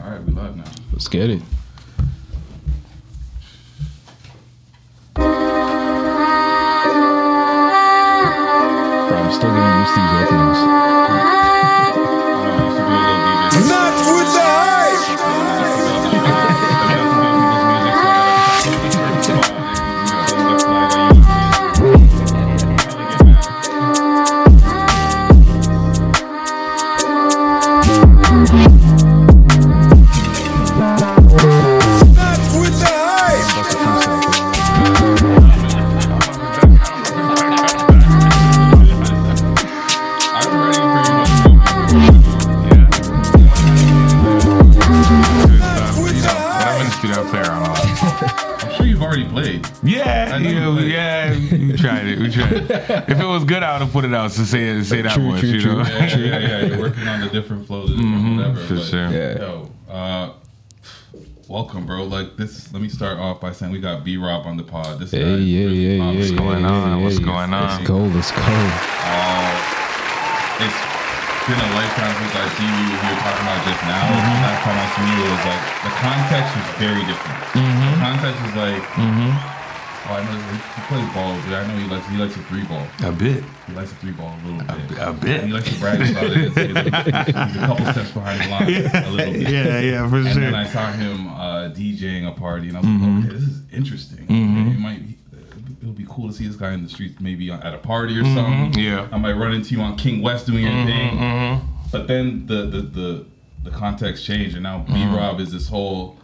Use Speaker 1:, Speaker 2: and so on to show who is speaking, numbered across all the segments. Speaker 1: All right, we live now.
Speaker 2: Let's get it. Bro, I'm still getting used to these openings.
Speaker 1: I used to be a little
Speaker 3: Not
Speaker 1: DJ.
Speaker 3: with the hype. Not with the hype.
Speaker 2: That's the concept. bro.
Speaker 3: With the hype.
Speaker 1: Played.
Speaker 4: Yeah, yeah,
Speaker 1: know you played.
Speaker 4: yeah. We tried it. We tried it. If it was good, I would have put it out to say to say that
Speaker 2: True,
Speaker 4: much.
Speaker 2: true,
Speaker 4: you
Speaker 2: true.
Speaker 4: know,
Speaker 1: Yeah, yeah, yeah. You're working on the different flows, the different
Speaker 2: Mm-hmm.
Speaker 1: whatever.
Speaker 4: for
Speaker 1: but,
Speaker 4: sure.
Speaker 2: Yeah.
Speaker 1: Yo, uh, welcome, bro. Like this. Let me start off by saying we got B Rob on the pod. This guy
Speaker 2: Hey,
Speaker 1: is
Speaker 2: yeah,
Speaker 1: really
Speaker 2: yeah, yeah.
Speaker 1: popping.
Speaker 2: yeah,
Speaker 4: going
Speaker 2: yeah,
Speaker 4: on?
Speaker 2: yeah,
Speaker 4: What's
Speaker 2: yeah.
Speaker 4: going on?
Speaker 2: Let's go. Let's go.
Speaker 1: Uh, it's been a lifetime since I seen you. We were talking about just now.
Speaker 2: Mm-hmm.
Speaker 1: The last time I seen you, it was like the context was very different.
Speaker 2: Mm-hmm.
Speaker 1: The context was like, oh, I know he he plays ball, but I know he likes he likes a three ball.
Speaker 4: a bit.
Speaker 1: He likes a three ball a little bit.
Speaker 4: a bit.
Speaker 1: And he likes to brag about it. He's a, he's a couple steps behind the line a little bit.
Speaker 4: Yeah, yeah, for
Speaker 1: And then
Speaker 4: sure.
Speaker 1: I saw him uh, DJing a party, and I was like, okay, this is interesting. It might be, it'll be cool to see this guy in the streets, maybe at a party or something.
Speaker 4: yeah.
Speaker 1: I might run into you on King West doing your thing.
Speaker 4: Mm-hmm.
Speaker 1: But then the the the, the context changed, and now B
Speaker 4: Mm-hmm.
Speaker 1: Rob is this whole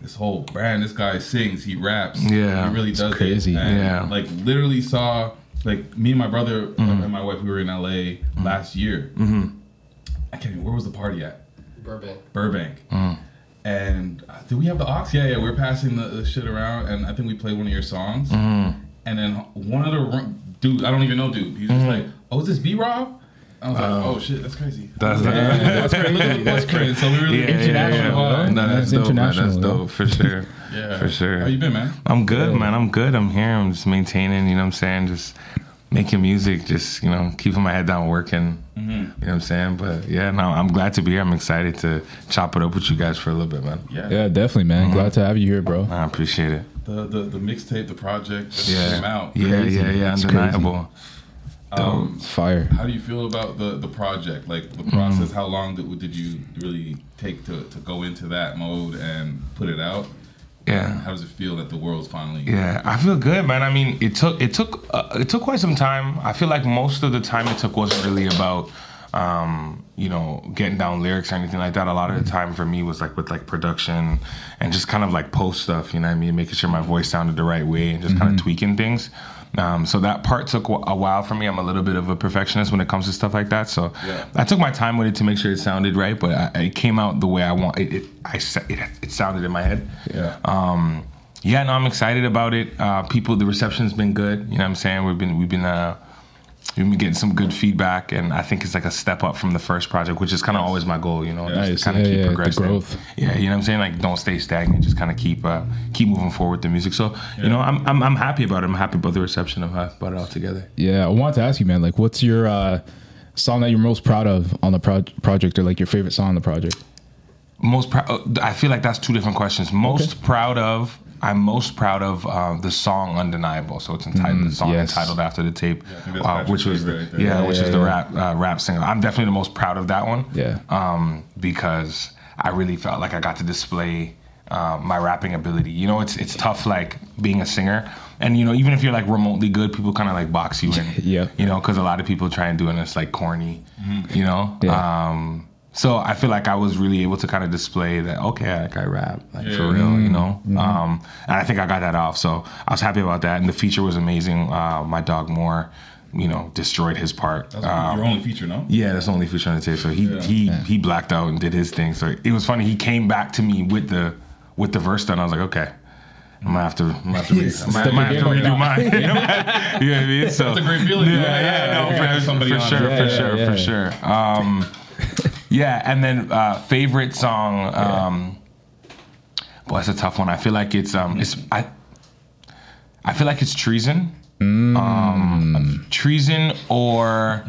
Speaker 1: this whole brand. This guy sings, he raps,
Speaker 4: Yeah.
Speaker 1: he really
Speaker 4: It's
Speaker 1: does
Speaker 2: crazy.
Speaker 1: It. And,
Speaker 4: Yeah. Mm-hmm.
Speaker 1: like literally saw like me and my brother uh, and my wife. We were in L.A. last year. I can't even. Where was the party at?
Speaker 5: Burbank.
Speaker 1: Burbank.
Speaker 4: Mm-hmm.
Speaker 1: And uh, did we have the aux? Yeah, yeah. We were passing the, the shit around, and I think we played one of your songs.
Speaker 4: Mm-hmm.
Speaker 1: And then one of the ru- dude, I don't even know, dude. He's
Speaker 4: Mm-hmm.
Speaker 1: just like, "Oh, is this B Rob?" I was like, "Oh shit, that's crazy."
Speaker 4: That's
Speaker 1: Yeah, that's crazy. Look at the voice cranes. So we really
Speaker 4: Yeah,
Speaker 1: international.
Speaker 4: Yeah, yeah.
Speaker 1: huh?
Speaker 4: No,
Speaker 2: That's
Speaker 4: that's, dope,
Speaker 2: international,
Speaker 4: man. That's
Speaker 2: though.
Speaker 4: dope for sure.
Speaker 1: Yeah.
Speaker 4: for sure.
Speaker 1: How you been, man?
Speaker 4: I'm good, man. I'm good. I'm here. I'm just maintaining. You know what I'm saying? Just making music. Just you know, keeping my head down, working.
Speaker 2: Mm-hmm.
Speaker 4: You know what I'm saying? But yeah, no, I'm glad to be here. I'm excited to chop it up with you guys for a little bit, man.
Speaker 1: Yeah.
Speaker 2: Yeah, definitely, man. Glad to have you here, bro.
Speaker 4: I appreciate it.
Speaker 1: The the, the mixtape, the project, just
Speaker 4: Yeah,
Speaker 1: came out.
Speaker 4: yeah,
Speaker 2: Crazy.
Speaker 4: yeah, yeah.
Speaker 2: It's
Speaker 4: Undeniable.
Speaker 1: Um,
Speaker 2: Fire.
Speaker 1: how do you feel about the the project? Like
Speaker 4: Mm-hmm.
Speaker 1: the process? How long did, did you really take to to go into that mode and put it out?
Speaker 4: Yeah.
Speaker 1: How does it feel that the world's finally?
Speaker 4: Yeah, I feel good, man. I mean, it took it took uh, it took quite some time. I feel like most of the time it took wasn't really about um, you know getting down lyrics or anything like that. A lot of the time for me was like with like production and just kind of like post stuff. You know what I mean? Making sure my voice sounded the right way and just kind of tweaking things. Um, so that part took wh- a while for me. I'm a little bit of a perfectionist when it comes to stuff like that. So
Speaker 1: Yeah.
Speaker 4: I took my time with it to make sure it sounded right, but I, it came out the way I want. It it, I, sa- it it sounded in my head
Speaker 1: Yeah.
Speaker 4: um, yeah, no, I'm excited about it. Uh, people, the reception's been good. You know what I'm saying? We've been we've been uh, we've been getting some good feedback, and I think it's like a step up from the first project, which is kind of always my goal. You know,
Speaker 2: Nice.
Speaker 4: just to kind of
Speaker 2: Yeah,
Speaker 4: keep
Speaker 2: yeah, the
Speaker 4: progressing.
Speaker 2: growth.
Speaker 4: Yeah, you know what I'm saying? Like, don't stay stagnant. Just kind of keep uh, keep moving forward with the music. So, you know, I'm, I'm I'm happy about it. I'm happy about the reception. I'm happy about it all together.
Speaker 2: Yeah, I wanted to ask you, man. Like, what's your uh, song that you're most proud of on the pro- project, or like your favorite song on the project?
Speaker 4: most proud uh, i feel like that's two different questions most proud of i'm most proud of uh, the song undeniable so it's entitled the song
Speaker 2: Mm, yes.
Speaker 4: entitled after the tape
Speaker 1: think that's
Speaker 4: uh, which
Speaker 1: Patrick's
Speaker 4: was the,
Speaker 1: favorite right there.
Speaker 4: yeah,
Speaker 2: Yeah,
Speaker 4: which
Speaker 2: yeah,
Speaker 4: is the
Speaker 2: yeah.
Speaker 4: rap uh, rap single i'm definitely the most proud of that one
Speaker 2: Yeah.
Speaker 4: um, because I really felt like I got to display uh, my rapping ability. You know, it's it's tough like being a singer, and you know even if you're like remotely good, people kind of like box you in.
Speaker 2: Yeah.
Speaker 4: You know, because a lot of people try and do it, and it's like corny.
Speaker 1: Mm-hmm.
Speaker 4: You know.
Speaker 2: Yeah.
Speaker 4: Um, so I feel like I was really able to kind of display that okay, like I rap, like for
Speaker 1: Yeah.
Speaker 4: real, you know.
Speaker 2: Mm-hmm.
Speaker 4: Um, and I think I got that off, so I was happy about that. And the feature was amazing. Uh, my dog Moore, you know, destroyed his part. Uh,
Speaker 1: That was your only feature, no?
Speaker 4: Yeah, that's the only feature on the tape. So he he he blacked out and did his thing. So it was funny. He came back to me with the with the verse done. I was like, okay, I'm gonna have to I'm gonna have to, re-
Speaker 2: Step
Speaker 4: I'm gonna, I'm gonna
Speaker 2: your
Speaker 4: have to
Speaker 2: game
Speaker 4: redo mine. You know, you know what I mean? So
Speaker 1: That's a great feeling.
Speaker 4: Yeah, yeah,
Speaker 1: You gotta
Speaker 4: no,
Speaker 1: have
Speaker 4: for,
Speaker 1: somebody
Speaker 4: for
Speaker 1: on
Speaker 4: sure,
Speaker 1: it.
Speaker 4: for
Speaker 2: Yeah,
Speaker 4: sure,
Speaker 2: yeah,
Speaker 4: for sure. Um, yeah, and then uh, favorite song. Um, Boy, that's a tough one. I feel like it's um, it's I. I feel like it's treason. Um, treason or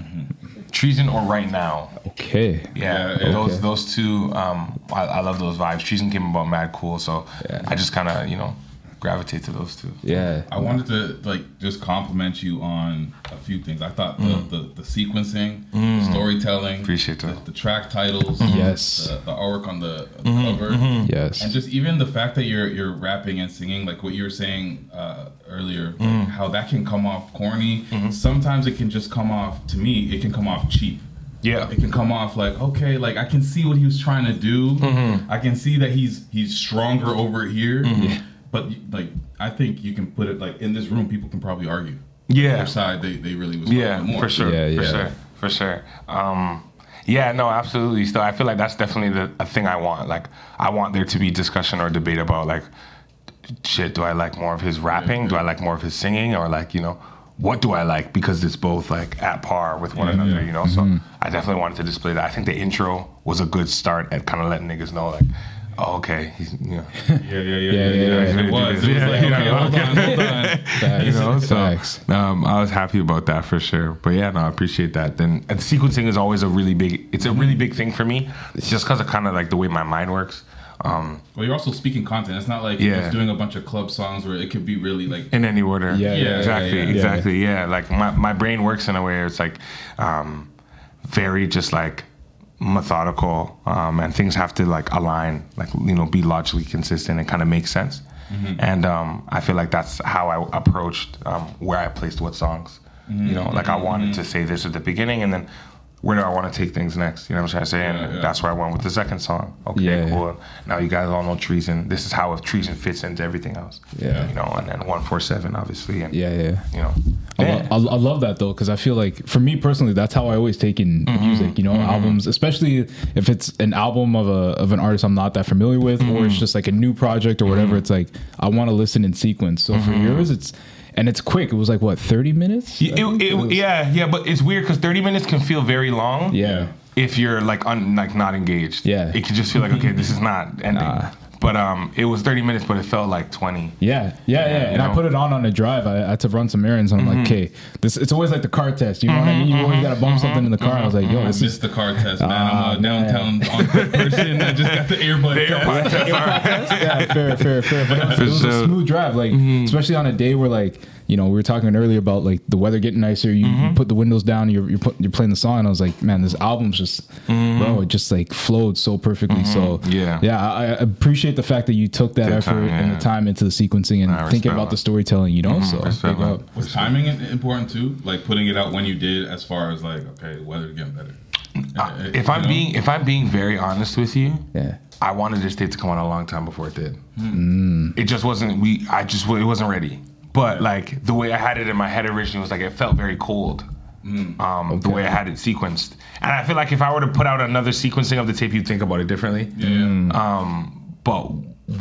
Speaker 4: Treason or Right Now.
Speaker 2: Okay.
Speaker 4: Yeah,
Speaker 1: Yeah,
Speaker 4: those
Speaker 2: okay.
Speaker 4: those two. Um, I, I love those vibes. Treason came about mad cool, so I just kind of you know gravitate to those two.
Speaker 2: Yeah.
Speaker 1: I wanted to like just compliment you on a few things. I thought the, the, the sequencing, storytelling,
Speaker 4: Mm. Appreciate
Speaker 1: the,
Speaker 4: that. Mm-hmm.
Speaker 1: the track titles,
Speaker 2: Yes.
Speaker 1: the, the artwork on the the cover,
Speaker 2: Yes.
Speaker 1: and just even the fact that you're you're rapping and singing, like what you were saying uh, earlier, like,
Speaker 4: Mm.
Speaker 1: how that can come off corny.
Speaker 4: Mm-hmm.
Speaker 1: Sometimes it can just come off to me. It can come off cheap.
Speaker 4: Yeah.
Speaker 1: It can come off like okay, like I can see what he was trying to do. I can see that he's he's stronger over here. But like I think you can put it like in this room, people can probably argue.
Speaker 4: Yeah.
Speaker 1: Their side, they, they really was fighting
Speaker 4: Yeah,
Speaker 1: more.
Speaker 4: for sure,
Speaker 2: Yeah,
Speaker 4: for
Speaker 2: yeah.
Speaker 4: sure, for sure. Um, yeah, no, absolutely. So I feel like that's definitely the a thing I want. Like, I want there to be discussion or debate about like, shit. Do I like more of his rapping? Do I like more of his singing? Or like, you know, what do I like? Because it's both like at par with one another. You know, so I definitely wanted to display that. I think the intro was a good start at kind of letting niggas know like. Oh, okay. He's, you know,
Speaker 1: Yeah, yeah, yeah.
Speaker 2: Yeah, yeah, yeah.
Speaker 1: It was. It was
Speaker 4: Yeah,
Speaker 1: like,
Speaker 4: yeah,
Speaker 1: okay,
Speaker 4: yeah.
Speaker 1: hold on, hold on.
Speaker 2: Facts.
Speaker 4: you know so
Speaker 2: Facts.
Speaker 4: um, i was happy about that for sure but yeah no i appreciate that then and sequencing is always a really big it's a really big thing for me it's just because of kind of like the way my mind works um,
Speaker 1: Well, you're also speaking content. It's not like you're
Speaker 4: Yeah.
Speaker 1: just doing a bunch of club songs where it could be really like
Speaker 4: in any order
Speaker 2: Yeah,
Speaker 1: yeah,
Speaker 4: exactly
Speaker 1: yeah, yeah.
Speaker 4: exactly yeah. like my, my brain works in a way where it's like um, very just like methodical um, and things have to like align like you know be logically consistent and kind of make sense
Speaker 2: Mm-hmm.
Speaker 4: and um, i feel like that's how i approached um, where i placed what songs
Speaker 2: Mm-hmm.
Speaker 4: you know like i wanted to say this at the beginning and then where do i want to take things next you know what i'm trying to say and
Speaker 1: Yeah, yeah.
Speaker 4: that's where i went with the second song okay
Speaker 2: Yeah.
Speaker 4: cool now you guys all know treason this is how treason fits into everything else
Speaker 2: Yeah.
Speaker 4: you know and then 147 obviously and
Speaker 2: Yeah. Yeah.
Speaker 4: you know.
Speaker 2: I, lo- I, lo- I love that though because I feel like for me personally that's how I always take in music you know albums especially if it's an album of a of an artist I'm not that familiar with or it's just like a new project or whatever it's like I want to listen in sequence so for yours it's and it's quick it was like what 30 minutes
Speaker 4: It- it- it- yeah, yeah, but it's weird because 30 minutes can feel very long.
Speaker 2: Yeah.
Speaker 4: If you're like un, like not engaged.
Speaker 2: Yeah.
Speaker 4: It can just feel like okay, this is not ending. But um, it was 30 minutes, but it felt like 20.
Speaker 2: Yeah, yeah, yeah. Mm-hmm. And
Speaker 4: you
Speaker 2: I
Speaker 4: know?
Speaker 2: put it on on a drive. I, I had to run some errands. And I'm like, okay, this. It's always like the car test. You know what I mean? You always gotta bump something in the car. I was like, yo, this is
Speaker 1: missed the car test, man. I'm
Speaker 2: Ah,
Speaker 1: a downtown on person that just got the earbud test.
Speaker 2: yeah, fair, fair, fair. But it was,
Speaker 4: For
Speaker 2: it was
Speaker 4: sure.
Speaker 2: a smooth drive, like
Speaker 4: Mm-hmm.
Speaker 2: especially on a day where like you know we were talking earlier about like the weather getting nicer. You,
Speaker 4: Mm-hmm.
Speaker 2: you put the windows down. You're you're, put, you're playing the song, and I was like, man, this album's just
Speaker 4: Mm-hmm.
Speaker 2: bro, it just like flowed so perfectly. So
Speaker 4: Yeah.
Speaker 2: yeah, I, I appreciate the fact that you took that
Speaker 4: The
Speaker 2: effort
Speaker 4: time,
Speaker 2: and
Speaker 4: yeah.
Speaker 2: the time into the sequencing and
Speaker 4: I
Speaker 2: thinking
Speaker 4: respect
Speaker 2: about
Speaker 4: that. Mm-hmm.
Speaker 2: the storytelling. You know, so
Speaker 4: respect
Speaker 2: big
Speaker 4: that.
Speaker 2: up.
Speaker 1: Was timing i- important too? Like putting it out when you did, as far as like, okay, weather getting better. Uh,
Speaker 4: If
Speaker 1: you
Speaker 4: I'm
Speaker 1: know?
Speaker 4: being if I'm being very honest with you,
Speaker 2: Yeah.
Speaker 4: I wanted this tape to come out a long time before it did.
Speaker 1: Hmm.
Speaker 2: Mm.
Speaker 4: It just wasn't we. I just it wasn't ready. But like the way I had it in my head originally was like it felt very cold.
Speaker 1: Hmm.
Speaker 4: Um, The way I had it sequenced, and I feel like if I were to put out another sequencing of the tape, you'd think about it differently.
Speaker 1: yeah, Uh, yeah.
Speaker 4: Mm. But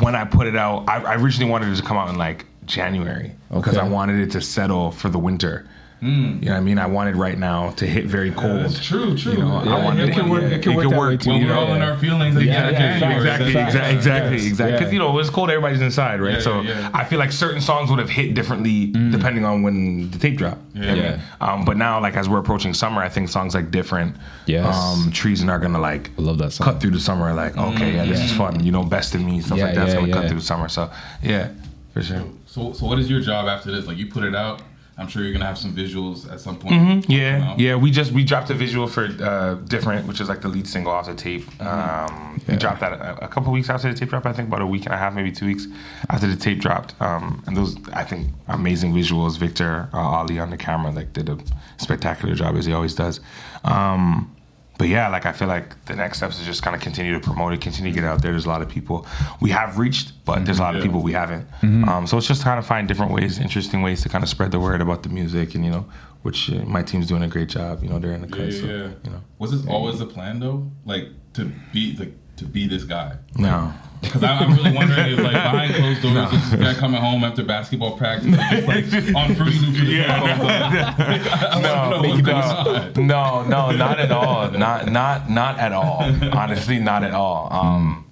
Speaker 4: when I put it out, I, I originally wanted it to come out in like January because I
Speaker 2: Okay.
Speaker 4: wanted it to settle for the winter. You know what I mean? I wanted right now to hit very cold.
Speaker 1: Hmm. That's true, true.
Speaker 4: know, I wanted
Speaker 1: it
Speaker 4: to-
Speaker 1: can work.
Speaker 4: yeah,
Speaker 1: It can
Speaker 4: it
Speaker 1: work.
Speaker 4: could
Speaker 2: that way
Speaker 4: work,
Speaker 2: too.
Speaker 1: When
Speaker 4: you
Speaker 1: we're
Speaker 4: know,
Speaker 1: all in
Speaker 2: yeah.
Speaker 1: our feelings, like,
Speaker 2: Yeah,
Speaker 1: yeah,
Speaker 2: yeah,
Speaker 1: January,
Speaker 4: exactly,
Speaker 1: that's-
Speaker 4: exactly, exactly,
Speaker 2: Yes,
Speaker 4: exactly. Because
Speaker 2: yeah.
Speaker 4: you know it was cold, everybody's inside, right?
Speaker 1: Yeah,
Speaker 4: so
Speaker 1: yeah, yeah.
Speaker 4: I feel like certain songs would have hit differently depending on when the tape dropped. You know what I
Speaker 1: Yeah.
Speaker 4: mean? Um, but now, like as we're approaching summer, I think songs like different,
Speaker 2: Yes.
Speaker 4: um, treason are gonna like
Speaker 2: I love that song.
Speaker 4: cut through the summer. Like okay, yeah, this is fun. You know, best in me, stuff
Speaker 2: Yeah,
Speaker 4: like that's
Speaker 2: yeah,
Speaker 4: gonna cut
Speaker 2: yeah.
Speaker 4: through the summer. So yeah, for sure.
Speaker 1: So, so what is your job after this? Like, you put it out. I'm sure you're gonna have some visuals at some point.
Speaker 4: Mm-hmm. Yeah,
Speaker 1: Wow.
Speaker 4: yeah. We just we dropped a visual for uh, different, which is like the lead single off the tape. Um, We dropped that a, a couple weeks after the tape drop. I think about a week and a half, maybe two weeks after the tape dropped. Um, and those, I think, amazing visuals. Victor uh, Ali on the camera like did a spectacular job as he always does. Um, but yeah, like I feel like the next steps is just kind of continue to promote it, continue to get out there. There's a lot of people we have reached, but there's a lot of
Speaker 1: Yeah.
Speaker 4: people we haven't. Um, so it's just kind of find different ways, interesting ways to kind of spread the word about the music, and you know, which uh, my team's doing a great job. You know, they're in the
Speaker 1: Yeah,
Speaker 4: cut.
Speaker 1: yeah.
Speaker 4: so,
Speaker 1: yeah.
Speaker 4: You know,
Speaker 1: Was this always the plan though? Like to be like to be this guy?
Speaker 4: no,
Speaker 1: Because I'm really wondering if like behind closed doors, is this guy coming home after basketball practice, just like on Fruity Loops. with his headphones on? I wanna know
Speaker 4: no,
Speaker 1: what's going
Speaker 4: no,
Speaker 1: on.
Speaker 4: no, no, not at all. Not not not at all. Honestly, not at all. Um,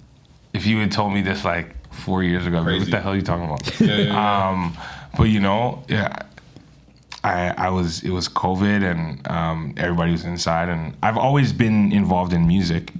Speaker 4: if you had told me this like four years ago, I'd be like,
Speaker 1: Crazy.
Speaker 4: what the hell are you talking about?
Speaker 1: Yeah, yeah, yeah.
Speaker 4: Um, but you know, yeah, I, I was it was COVID and um, everybody was inside and I've always been involved in music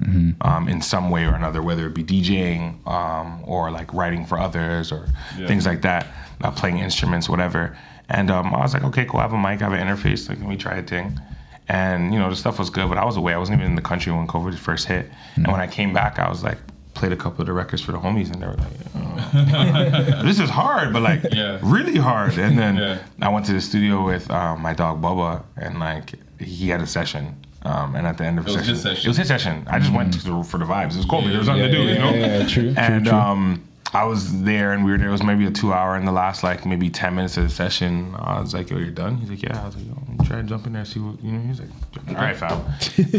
Speaker 4: um, in some way or another whether it be DJing um, or like writing for others or
Speaker 1: Yeah.
Speaker 4: things like that uh, playing instruments whatever and um, I was like okay cool I have a mic I have an interface like let me try a thing and you know the stuff was good but I was away I wasn't even in the country when COVID first hit and when I came back I was like played a couple of the records for the homies and they were like "Oh, this is hard but like
Speaker 1: Yeah.
Speaker 4: really hard and then
Speaker 1: Yeah.
Speaker 4: I went to the studio with um, my dog Bubba, and like he had a session. Um, and at the end of the
Speaker 1: It was his session.
Speaker 4: it was his session. I just went to the, for the vibes. It was COVID. there was nothing
Speaker 2: Mm-hmm. yeah,
Speaker 4: to do,
Speaker 2: yeah,
Speaker 4: you know.
Speaker 2: yeah, yeah, true, true,
Speaker 4: And
Speaker 2: true.
Speaker 4: um, I was there, and we were there. It was maybe a two hour. In the last like maybe ten minutes of the session, I was like, "Yo, you're done." He's like, "Yeah." I was like, Yo, "Try to jump in there, see what you know." He's like, "All right, fam."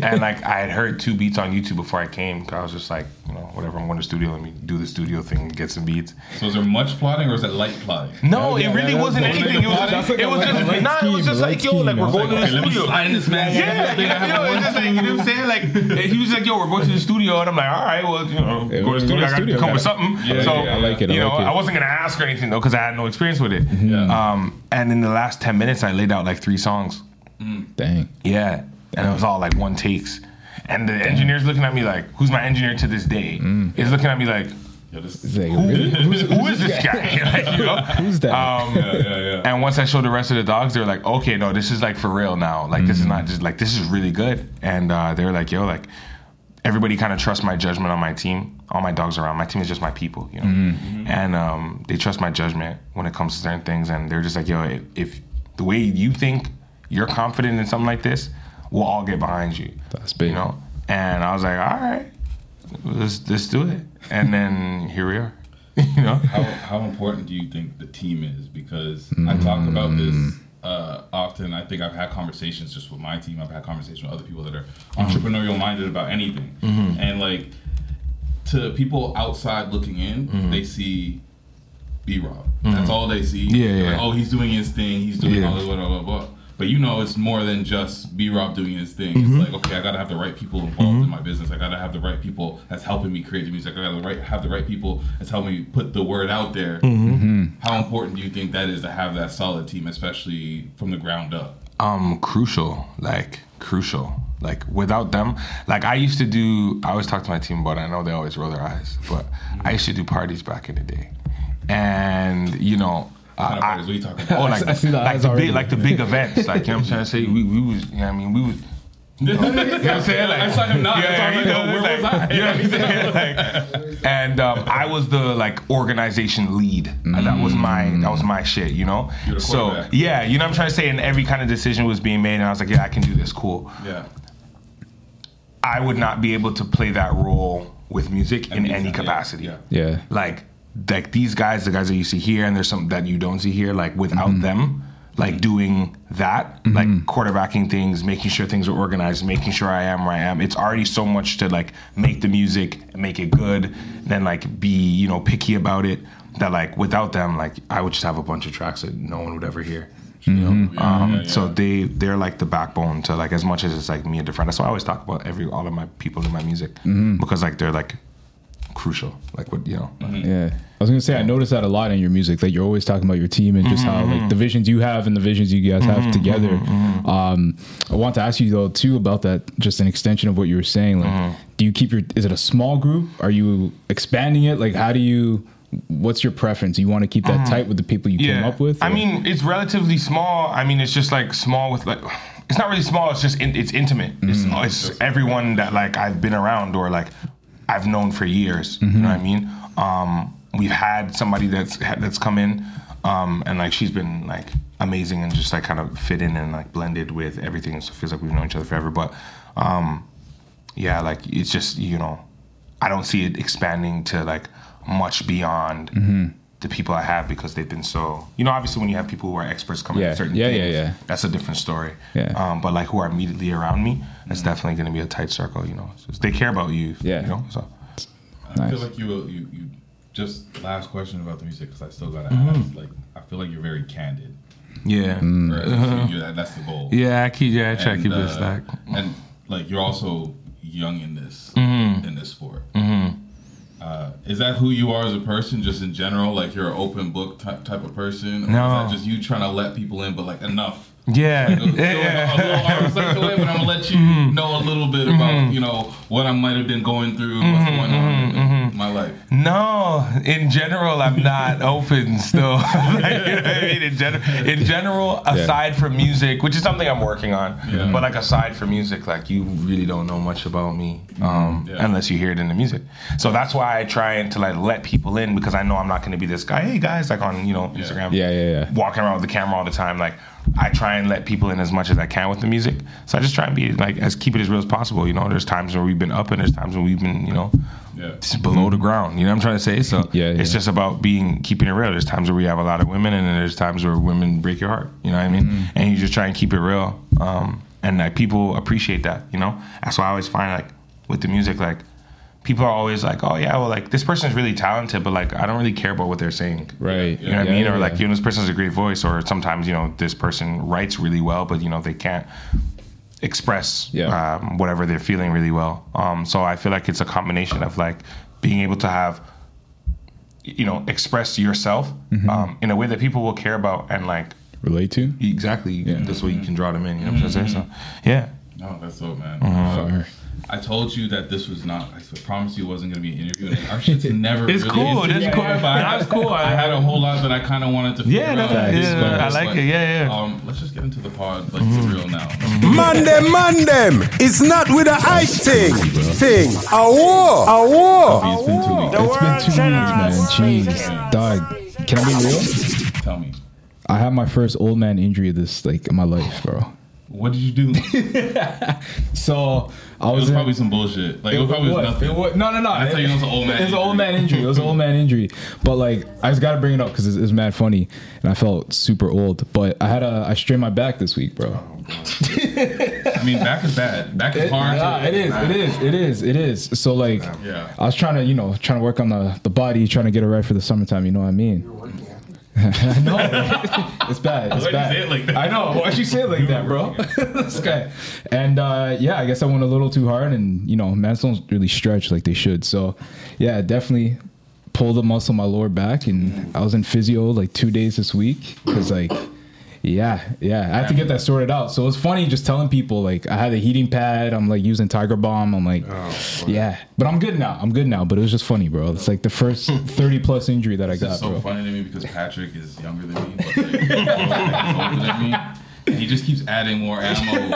Speaker 4: and like I had heard two beats on YouTube before I came. 'cause I was just like, you know, whatever. I'm going to the studio. Let me do the studio thing and get some beats.
Speaker 1: So is there much plotting or is it light plotting?
Speaker 4: No,
Speaker 2: Yeah,
Speaker 4: it really
Speaker 2: that-
Speaker 4: wasn't
Speaker 2: that's-
Speaker 4: anything. It was
Speaker 2: that's
Speaker 4: just,
Speaker 2: like
Speaker 4: it
Speaker 2: a
Speaker 4: was
Speaker 2: light-
Speaker 4: just,
Speaker 2: light
Speaker 4: nah, it was
Speaker 2: scheme,
Speaker 4: just like,
Speaker 2: light
Speaker 4: yo, like
Speaker 2: scheme. I
Speaker 4: we're
Speaker 2: was
Speaker 4: going to
Speaker 1: Okay,
Speaker 4: the
Speaker 1: let me
Speaker 4: studio.
Speaker 1: slide in this man.
Speaker 4: Yeah, you know, it's just like, you know what I'm saying? Like, he was like, yo, we're going to the studio. And I'm like, all right, well, you know,
Speaker 2: Yeah,
Speaker 4: go to
Speaker 2: we're
Speaker 4: the
Speaker 2: going
Speaker 4: studio.
Speaker 2: to
Speaker 4: I got to
Speaker 2: studio,
Speaker 4: come with
Speaker 2: gotta-
Speaker 4: something.
Speaker 1: Yeah,
Speaker 4: so,
Speaker 1: yeah, I like
Speaker 2: it, I
Speaker 4: you know,
Speaker 2: like it. Mm-hmm.
Speaker 4: I wasn't going to ask or anything, though, because I had no experience with it.
Speaker 1: Yeah.
Speaker 4: Um, and in the last 10 minutes, I laid out like three songs.
Speaker 2: Dang.
Speaker 4: Yeah. And it was all like one takes. And the engineer's looking at me like, who's my engineer to this day? Is looking at me like,
Speaker 1: Yo, this-
Speaker 2: It's like, Mm. really? Who's-
Speaker 4: who is this guy? like, you know?
Speaker 2: Who's that?
Speaker 4: Um,
Speaker 1: yeah, yeah, yeah.
Speaker 4: And once I showed the rest of the dogs, they were like, okay, no, this is like for real now. Like, this is
Speaker 2: Mm-hmm.
Speaker 4: not just like, this is really good. And uh, they were like, yo, like, everybody kind of trusts my judgment on my team. All my dogs around. My team is just my people, you know?
Speaker 2: Mm-hmm.
Speaker 1: Mm-hmm.
Speaker 4: And um, they trust my judgment when it comes to certain things. And they're just like, yo, if, if the way you think you're confident in something like this, we'll all get behind you.
Speaker 2: That's big.
Speaker 4: You know? And I was like, all right, let's, let's do it. And then here we are. You know?
Speaker 1: how, how important do you think the team is? Because I talk
Speaker 4: Mm-hmm.
Speaker 1: about this uh, often. I think I've had conversations just with my team. I've had conversations with other people that are
Speaker 4: Mm-hmm.
Speaker 1: entrepreneurial minded about anything. And like to people outside looking in,
Speaker 4: Mm-hmm.
Speaker 1: they see B Rob. That's all they see.
Speaker 4: Yeah,
Speaker 1: They're
Speaker 4: yeah.
Speaker 1: Like, oh, he's doing his thing. He's doing
Speaker 4: Yeah.
Speaker 1: all this, blah, blah, blah, blah. But you know, it's more than just B Rob doing his thing.
Speaker 4: Mm-hmm.
Speaker 1: It's like, okay, I gotta have the right people involved in my business. I gotta have the right people that's helping me create the music. I gotta right, have the right people that's helping me put the word out there.
Speaker 4: Mm-hmm.
Speaker 1: Mm-hmm. How important do you think that is to have that solid team, especially from the ground up?
Speaker 4: um crucial like crucial like without them like i used to do i always talk to my team about it i know they always roll their eyes but i used to do parties back in the day and you know
Speaker 1: Kind
Speaker 4: uh,
Speaker 1: of parties we talking
Speaker 4: oh
Speaker 1: about?
Speaker 4: like,
Speaker 2: I see the
Speaker 4: like
Speaker 2: eyes
Speaker 4: the big
Speaker 2: already.
Speaker 4: like the big events like you know what i'm trying to say we, we was you know what i mean we was you know, you know what I'm saying? Like,
Speaker 1: I saw him nod. That's all I
Speaker 4: you
Speaker 1: know.
Speaker 4: know,
Speaker 1: Where
Speaker 4: like,
Speaker 1: was I?
Speaker 4: You know what I'm saying? Like, and um, I was the like organization lead. That
Speaker 2: Mm.
Speaker 4: was my that was my shit. You know.
Speaker 1: You're the
Speaker 4: So
Speaker 1: quarterback.
Speaker 4: yeah, you know what I'm trying to say. And every kind of decision was being made, and I was like, yeah, I can do this. Cool.
Speaker 1: Yeah.
Speaker 4: I would not be able to play that role with music in
Speaker 1: Yeah,
Speaker 4: any
Speaker 1: yeah,
Speaker 4: capacity.
Speaker 1: yeah.
Speaker 2: Yeah.
Speaker 4: Like like these guys, the guys that you see here, and there's some that you don't see here. Like without them, like doing that, like quarterbacking things, making sure things are organized, making sure I am where I am. It's already so much to like make the music, make it good, then like be you know picky about it. That like without them, like I would just have a bunch of tracks that no one would ever hear. You know?
Speaker 1: Yeah,
Speaker 4: um,
Speaker 1: yeah, yeah.
Speaker 4: So they they're like the backbone to like as much as it's like me and different. That's why I always talk about every all of my people in my music
Speaker 1: Mm-hmm.
Speaker 4: because like they're like crucial. Like what you know.
Speaker 2: Yeah. I was gonna say I noticed that a lot in your music that you're always talking about your team and just how like the visions you have and the visions you guys have together. Um, I want to ask you though too about that. Just an extension of what you were saying. Like, do you keep your? Is it a small group? Are you expanding it? Like, how do you? What's your preference? You want to keep that tight with the people you came up with?
Speaker 4: I
Speaker 2: or-
Speaker 4: mean, it's relatively small. I mean, it's just like small with like. It's not really small. It's just in, it's intimate.
Speaker 2: Mm-hmm.
Speaker 4: It's, it's everyone that like I've been around or like I've known for years. You know what I
Speaker 2: Mm-hmm.
Speaker 4: mean? Um, we've had somebody that's ha- that's come in, um, and like she's been like amazing and just like kind of fit in and like blended with everything. So it feels like we've known each other forever. But um, yeah, like it's just you know, I don't see it expanding to like much beyond
Speaker 2: Mm-hmm.
Speaker 4: the people I have because they've been so you know. Obviously, when you have people who are experts coming
Speaker 2: Yeah.
Speaker 4: at certain
Speaker 2: Yeah, yeah,
Speaker 4: things,
Speaker 2: yeah.
Speaker 4: that's a different story.
Speaker 2: Yeah. Mm-hmm.
Speaker 4: Um, but like who are immediately around me, that's definitely going to be a tight circle. You know, It's just- they care about you.
Speaker 2: Yeah.
Speaker 4: You know, so
Speaker 1: I feel
Speaker 2: Nice.
Speaker 1: like you you you just last question about the music because I still gotta
Speaker 4: Mm-hmm.
Speaker 1: ask. Like I feel like you're very candid.
Speaker 4: yeah,
Speaker 2: Mm.
Speaker 1: Or at least you- that- that's the goal.
Speaker 4: Mm. Uh-huh. yeah. I keep yeah. I try to
Speaker 1: And,
Speaker 4: keep
Speaker 1: uh,
Speaker 4: it stack.
Speaker 1: And like you're also young in this
Speaker 4: Mm-hmm.
Speaker 1: in this sport. Uh, is that who you are as a person, just in general? Like you're an open book ty- type of person,
Speaker 4: No.
Speaker 1: or is that just you trying to let people in? But like enough,
Speaker 4: Yeah.
Speaker 1: So in a little artificial way, but I'm gonna let you
Speaker 4: Mm-hmm.
Speaker 1: know a little bit about you know what I might have been going through, what's
Speaker 4: Mm-hmm.
Speaker 1: going on in my life.
Speaker 4: No, in general, I'm not open still. Like, you know what I mean? In, gen- in general, aside from music, which is something I'm working on,
Speaker 1: Yeah.
Speaker 4: but like aside from music, like you really don't know much about me
Speaker 2: Mm-hmm.
Speaker 4: um,
Speaker 1: Yeah.
Speaker 4: unless you hear it in the music. So that's why I try and to like let people in because I know I'm not going to be this guy. Hey guys, like on you know Instagram,
Speaker 2: Yeah, yeah, yeah.
Speaker 4: walking around with the camera all the time. Like I try and let people in as much as I can with the music. So I just try and be like as keep it as real as possible. You know, there's times where we've been up and there's times when we've been you know
Speaker 1: Yeah.
Speaker 4: it's below the ground. You know what I'm trying to say? So
Speaker 2: Yeah,
Speaker 4: it's
Speaker 2: yeah.
Speaker 4: just about being keeping it real. There's times where we have a lot of women, and then there's times where women break your heart. You know what I mean?
Speaker 2: Mm-hmm.
Speaker 4: And you just try and keep it real. Um, and like people appreciate that. You know, that's why I always find like with the music, like people are always like, oh yeah, well like this person's really talented, but like I don't really care about what they're saying.
Speaker 2: Right.
Speaker 4: You know what I
Speaker 2: Yeah,
Speaker 4: mean? Or
Speaker 2: yeah,
Speaker 4: like,
Speaker 2: yeah.
Speaker 4: you know, this person has a great voice, or sometimes, you know, this person writes really well, but, you know, they can't express
Speaker 2: Yeah.
Speaker 4: um, whatever they're feeling really well. Um, so I feel like it's a combination of like being able to have, you know, express yourself
Speaker 2: Mm-hmm.
Speaker 4: um, in a way that people will care about and like,
Speaker 2: relate to.
Speaker 4: exactly, this way you can draw them in. You know what I'm saying? So,
Speaker 2: Mm-hmm.
Speaker 4: yeah.
Speaker 1: No, Oh, that's so man.
Speaker 4: Mm-hmm.
Speaker 1: Uh, I told you that this was not. I promised you it wasn't gonna be an interview. and Our shit's never.
Speaker 4: It's
Speaker 1: really
Speaker 4: cool,
Speaker 1: an
Speaker 4: that's
Speaker 1: interview,
Speaker 4: cool.
Speaker 1: but I-
Speaker 4: That's cool.
Speaker 1: I had a whole lot that I kind of wanted to. Figure
Speaker 4: Yeah, that's-
Speaker 1: out.
Speaker 4: yeah,
Speaker 1: But
Speaker 4: I
Speaker 1: it's
Speaker 4: like it. Yeah, Mm-hmm. yeah.
Speaker 1: Um, let's just get into the pod, like for real now.
Speaker 3: Man them, man them. It's not with a high thing. Thing. A war. A war.
Speaker 1: It's been two weeks.
Speaker 2: It's been two weeks, man. Jeez, dog. Can I be real?
Speaker 1: Tell me,
Speaker 2: I had my first old man injury this like in my life, bro.
Speaker 1: what did you do? It
Speaker 2: So I was,
Speaker 1: was
Speaker 2: in-
Speaker 1: probably some bullshit. Like it,
Speaker 2: It
Speaker 1: probably was
Speaker 2: was.
Speaker 1: nothing.
Speaker 2: It was- no, no, no.
Speaker 1: That's how you know it's an old man
Speaker 2: It's an old
Speaker 1: injury.
Speaker 2: man injury. It was an old man injury. But like, I just gotta bring it up because it's, it's mad funny, and I felt super old. But I had a I strained my back this week, bro.
Speaker 1: I mean, back is bad. Back is
Speaker 2: It,
Speaker 1: hard.
Speaker 2: nah, it is. It is. It is. It is. So like,
Speaker 1: Yeah.
Speaker 2: I was trying to you know trying to work on the the body, trying to get it right for the summertime. You know what I mean? no, it's bad. It's
Speaker 1: Why'd you
Speaker 2: bad.
Speaker 1: say it like that?
Speaker 2: I know. Why'd you say it like that, bro? this guy. And uh, yeah, I guess I went a little too hard, and you know, mans don't really stretch like they should. So, yeah, definitely pulled the muscle in my lower back, and I was in physio like two days this week because like. Yeah, yeah. I had to get that sorted out. So it's funny just telling people like I had a heating pad. I'm like using Tiger Bomb. I'm like, yeah, but I'm good now. I'm good now. But it was just funny, bro. It's like the first 30 plus injury that I got,
Speaker 1: It's so
Speaker 2: bro.
Speaker 1: funny to me because Patrick is younger than me, but like, he's older than me. And he just keeps adding more ammo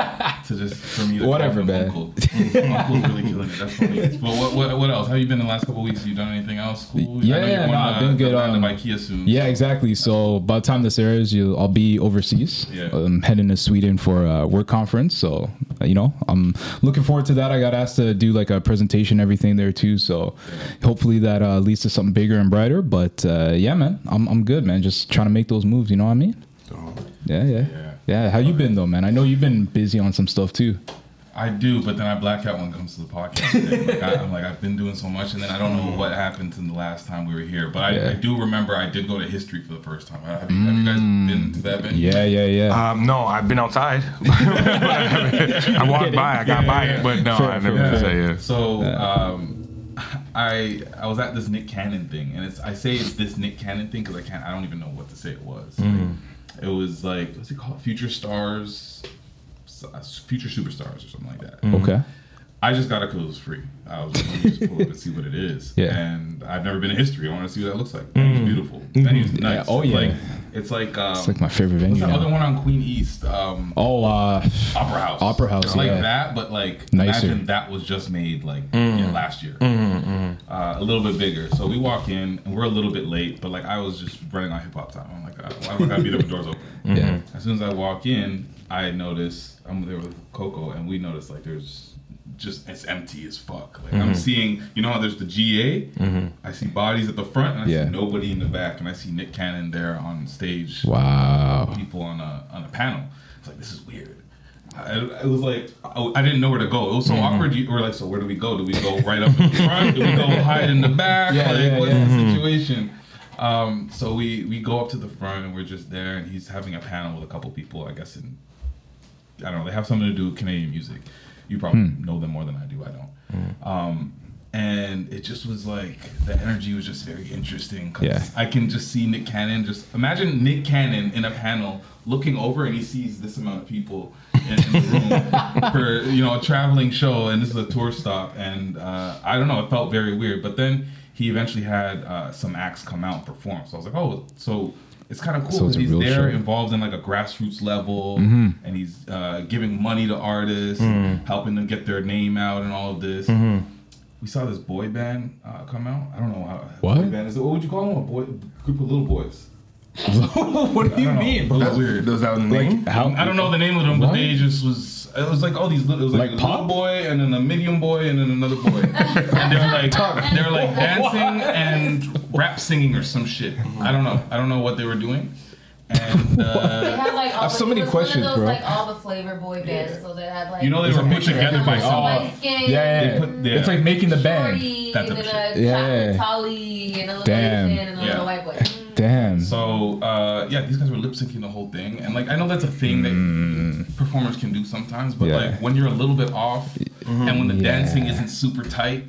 Speaker 1: to just for me to call
Speaker 2: Whatever,
Speaker 1: him
Speaker 2: man.
Speaker 1: Uncle. Uncle's really killing it. That's funny. But what, what what else? How you been the last couple of weeks? You done anything else cool?
Speaker 2: Yeah,
Speaker 1: I know you're going
Speaker 2: nah,
Speaker 1: to
Speaker 2: I've been good,
Speaker 1: Atlanta
Speaker 2: um,
Speaker 1: by Kia soon.
Speaker 2: Yeah, exactly. So by the time this airs, you I'll be overseas.
Speaker 1: Yeah.
Speaker 2: I'm heading to Sweden for a work conference. So uh, you know, I'm looking forward to that. I got asked to do like a presentation, everything there too. So hopefully that uh, leads to something bigger and brighter. But uh, yeah, man, I'm I'm good, man. Just trying to make those moves. You know what I mean? Yeah, yeah,
Speaker 1: Uh-huh. Yeah.
Speaker 2: yeah. How you been though, man? I know you've been busy on some stuff too.
Speaker 1: I do, but then I black out when it comes to the podcast. like, I, I'm like, I've been doing so much, and then I don't know what happened in the last time we were here. But I,
Speaker 2: Yeah.
Speaker 1: I do remember I did go to history for the first time. Have you, have you guys
Speaker 2: Mm,
Speaker 1: been to that? venue?
Speaker 2: Yeah, yeah,
Speaker 1: Uh,
Speaker 2: yeah.
Speaker 4: Um, no, I've been outside. I walked by, I got by it, but no,
Speaker 2: Fair,
Speaker 4: I
Speaker 2: fair,
Speaker 4: never yeah.
Speaker 2: fair.
Speaker 4: say yeah.
Speaker 1: So um, I I was at this Nick Cannon thing, and it's I say it's this Nick Cannon thing because I can't I don't even know what to say it was.
Speaker 2: Mm-hmm.
Speaker 1: It was like what's it called? Future stars, S- future superstars or something like that.
Speaker 2: okay.
Speaker 1: I just got it because it was free. I was like, let me just pull up and see what it is.
Speaker 2: Yeah.
Speaker 1: And I've never been to history. I want to see what that looks like. It was beautiful. That is nice.
Speaker 2: oh, yeah.
Speaker 1: Like, it's like um,
Speaker 2: It's like my favorite venue.
Speaker 1: what's the
Speaker 2: now.
Speaker 1: other one on Queen East? Um,
Speaker 2: Oh, uh,
Speaker 1: Opera House.
Speaker 2: Opera House,
Speaker 1: It's Like
Speaker 2: yeah.
Speaker 1: that, but like
Speaker 2: Nicer.
Speaker 1: imagine that was just made like yeah, last year. Uh, a little bit bigger. So we walk in and we're a little bit late, but like I was just running on hip hop time. I'm like, uh, why would I be there when doors open?
Speaker 2: Yeah.
Speaker 1: As soon as I walk in, I notice I'm there with Coco and we notice like there's just it's empty as fuck. Like I'm seeing, you know, how there's the GA. I see bodies at the front, and I
Speaker 2: Yeah.
Speaker 1: see nobody in the back, and I see Nick Cannon there on stage
Speaker 2: Wow.
Speaker 1: people on a on a panel. It's like this is weird. I, it was like I, I didn't know where to go. It was so
Speaker 2: Mm-hmm.
Speaker 1: awkward. You were like, so where do we go? Do we go right up in the front? Do we go hide in the back?
Speaker 2: Yeah,
Speaker 1: like,
Speaker 2: yeah,
Speaker 1: what's
Speaker 2: yeah. Mm-hmm.
Speaker 1: the situation? Um, so we we go up to the front and we're just there, and he's having a panel with a couple people, I guess. In
Speaker 2: Hmm.
Speaker 1: I don't know, they have something to do with Canadian music. You probably know them more than I do. I don't. Um, and it just was like the energy was just very interesting. 'cause
Speaker 2: Yeah.
Speaker 1: I can just see Nick Cannon. Just imagine Nick Cannon in a panel looking over, and he sees this amount of people in, in the room for you know a traveling show, and this is a tour stop. And uh, I don't know, it felt very weird. But then he eventually had uh, some acts come out and perform. So I was like, oh, so. It's kind of cool
Speaker 2: So it's
Speaker 1: because
Speaker 2: a
Speaker 1: he's
Speaker 2: real
Speaker 1: there
Speaker 2: show. Mm-hmm.
Speaker 1: involved in like a grassroots level and he's uh, giving money to artists,
Speaker 2: Mm.
Speaker 1: helping them get their name out and all of this.
Speaker 2: Mm-hmm.
Speaker 1: We saw this boy band uh, come out. I don't know how.
Speaker 2: What?
Speaker 1: boy band is it? What would you call them? A boy group of little boys.
Speaker 2: what do you
Speaker 1: mean, bro?
Speaker 4: That's
Speaker 1: weird.
Speaker 4: Does that name?
Speaker 2: How,
Speaker 1: I don't know the name of them,
Speaker 2: What?
Speaker 1: but they just was. It was like all these little. It was like,
Speaker 2: Like
Speaker 1: a little
Speaker 2: pop?
Speaker 1: boy and then a medium boy and then another boy. and they were like they were like dancing and rap singing or some shit. I don't know. I don't know what they were doing. And uh,
Speaker 5: They had like all
Speaker 2: have
Speaker 5: the,
Speaker 2: so many
Speaker 5: it was one of
Speaker 2: questions,
Speaker 5: those,
Speaker 2: bro.
Speaker 5: Like all the flavor boy bands, so they had like
Speaker 1: you know they
Speaker 2: There's
Speaker 1: were
Speaker 2: a
Speaker 1: put
Speaker 2: picture.
Speaker 1: together by
Speaker 2: Oh.
Speaker 1: someone.
Speaker 5: skin,
Speaker 2: Yeah,
Speaker 1: They
Speaker 2: yeah.
Speaker 1: put their-
Speaker 2: It's like making the band.
Speaker 5: shorty,
Speaker 1: That
Speaker 5: and
Speaker 1: type
Speaker 5: then
Speaker 1: of
Speaker 5: a
Speaker 2: Yeah.
Speaker 1: shit.
Speaker 5: chocolate tolly, and a little
Speaker 2: Damn.
Speaker 5: Asian, and a
Speaker 1: Yeah.
Speaker 5: little white boy. Mm.
Speaker 2: Damn.
Speaker 1: So uh, yeah, these guys were lip syncing the whole thing, and like I know that's a thing that performers can do sometimes, but
Speaker 2: Mm. Yeah.
Speaker 1: like when you're a little bit off,
Speaker 2: Mm-hmm.
Speaker 1: and when the dancing isn't super tight,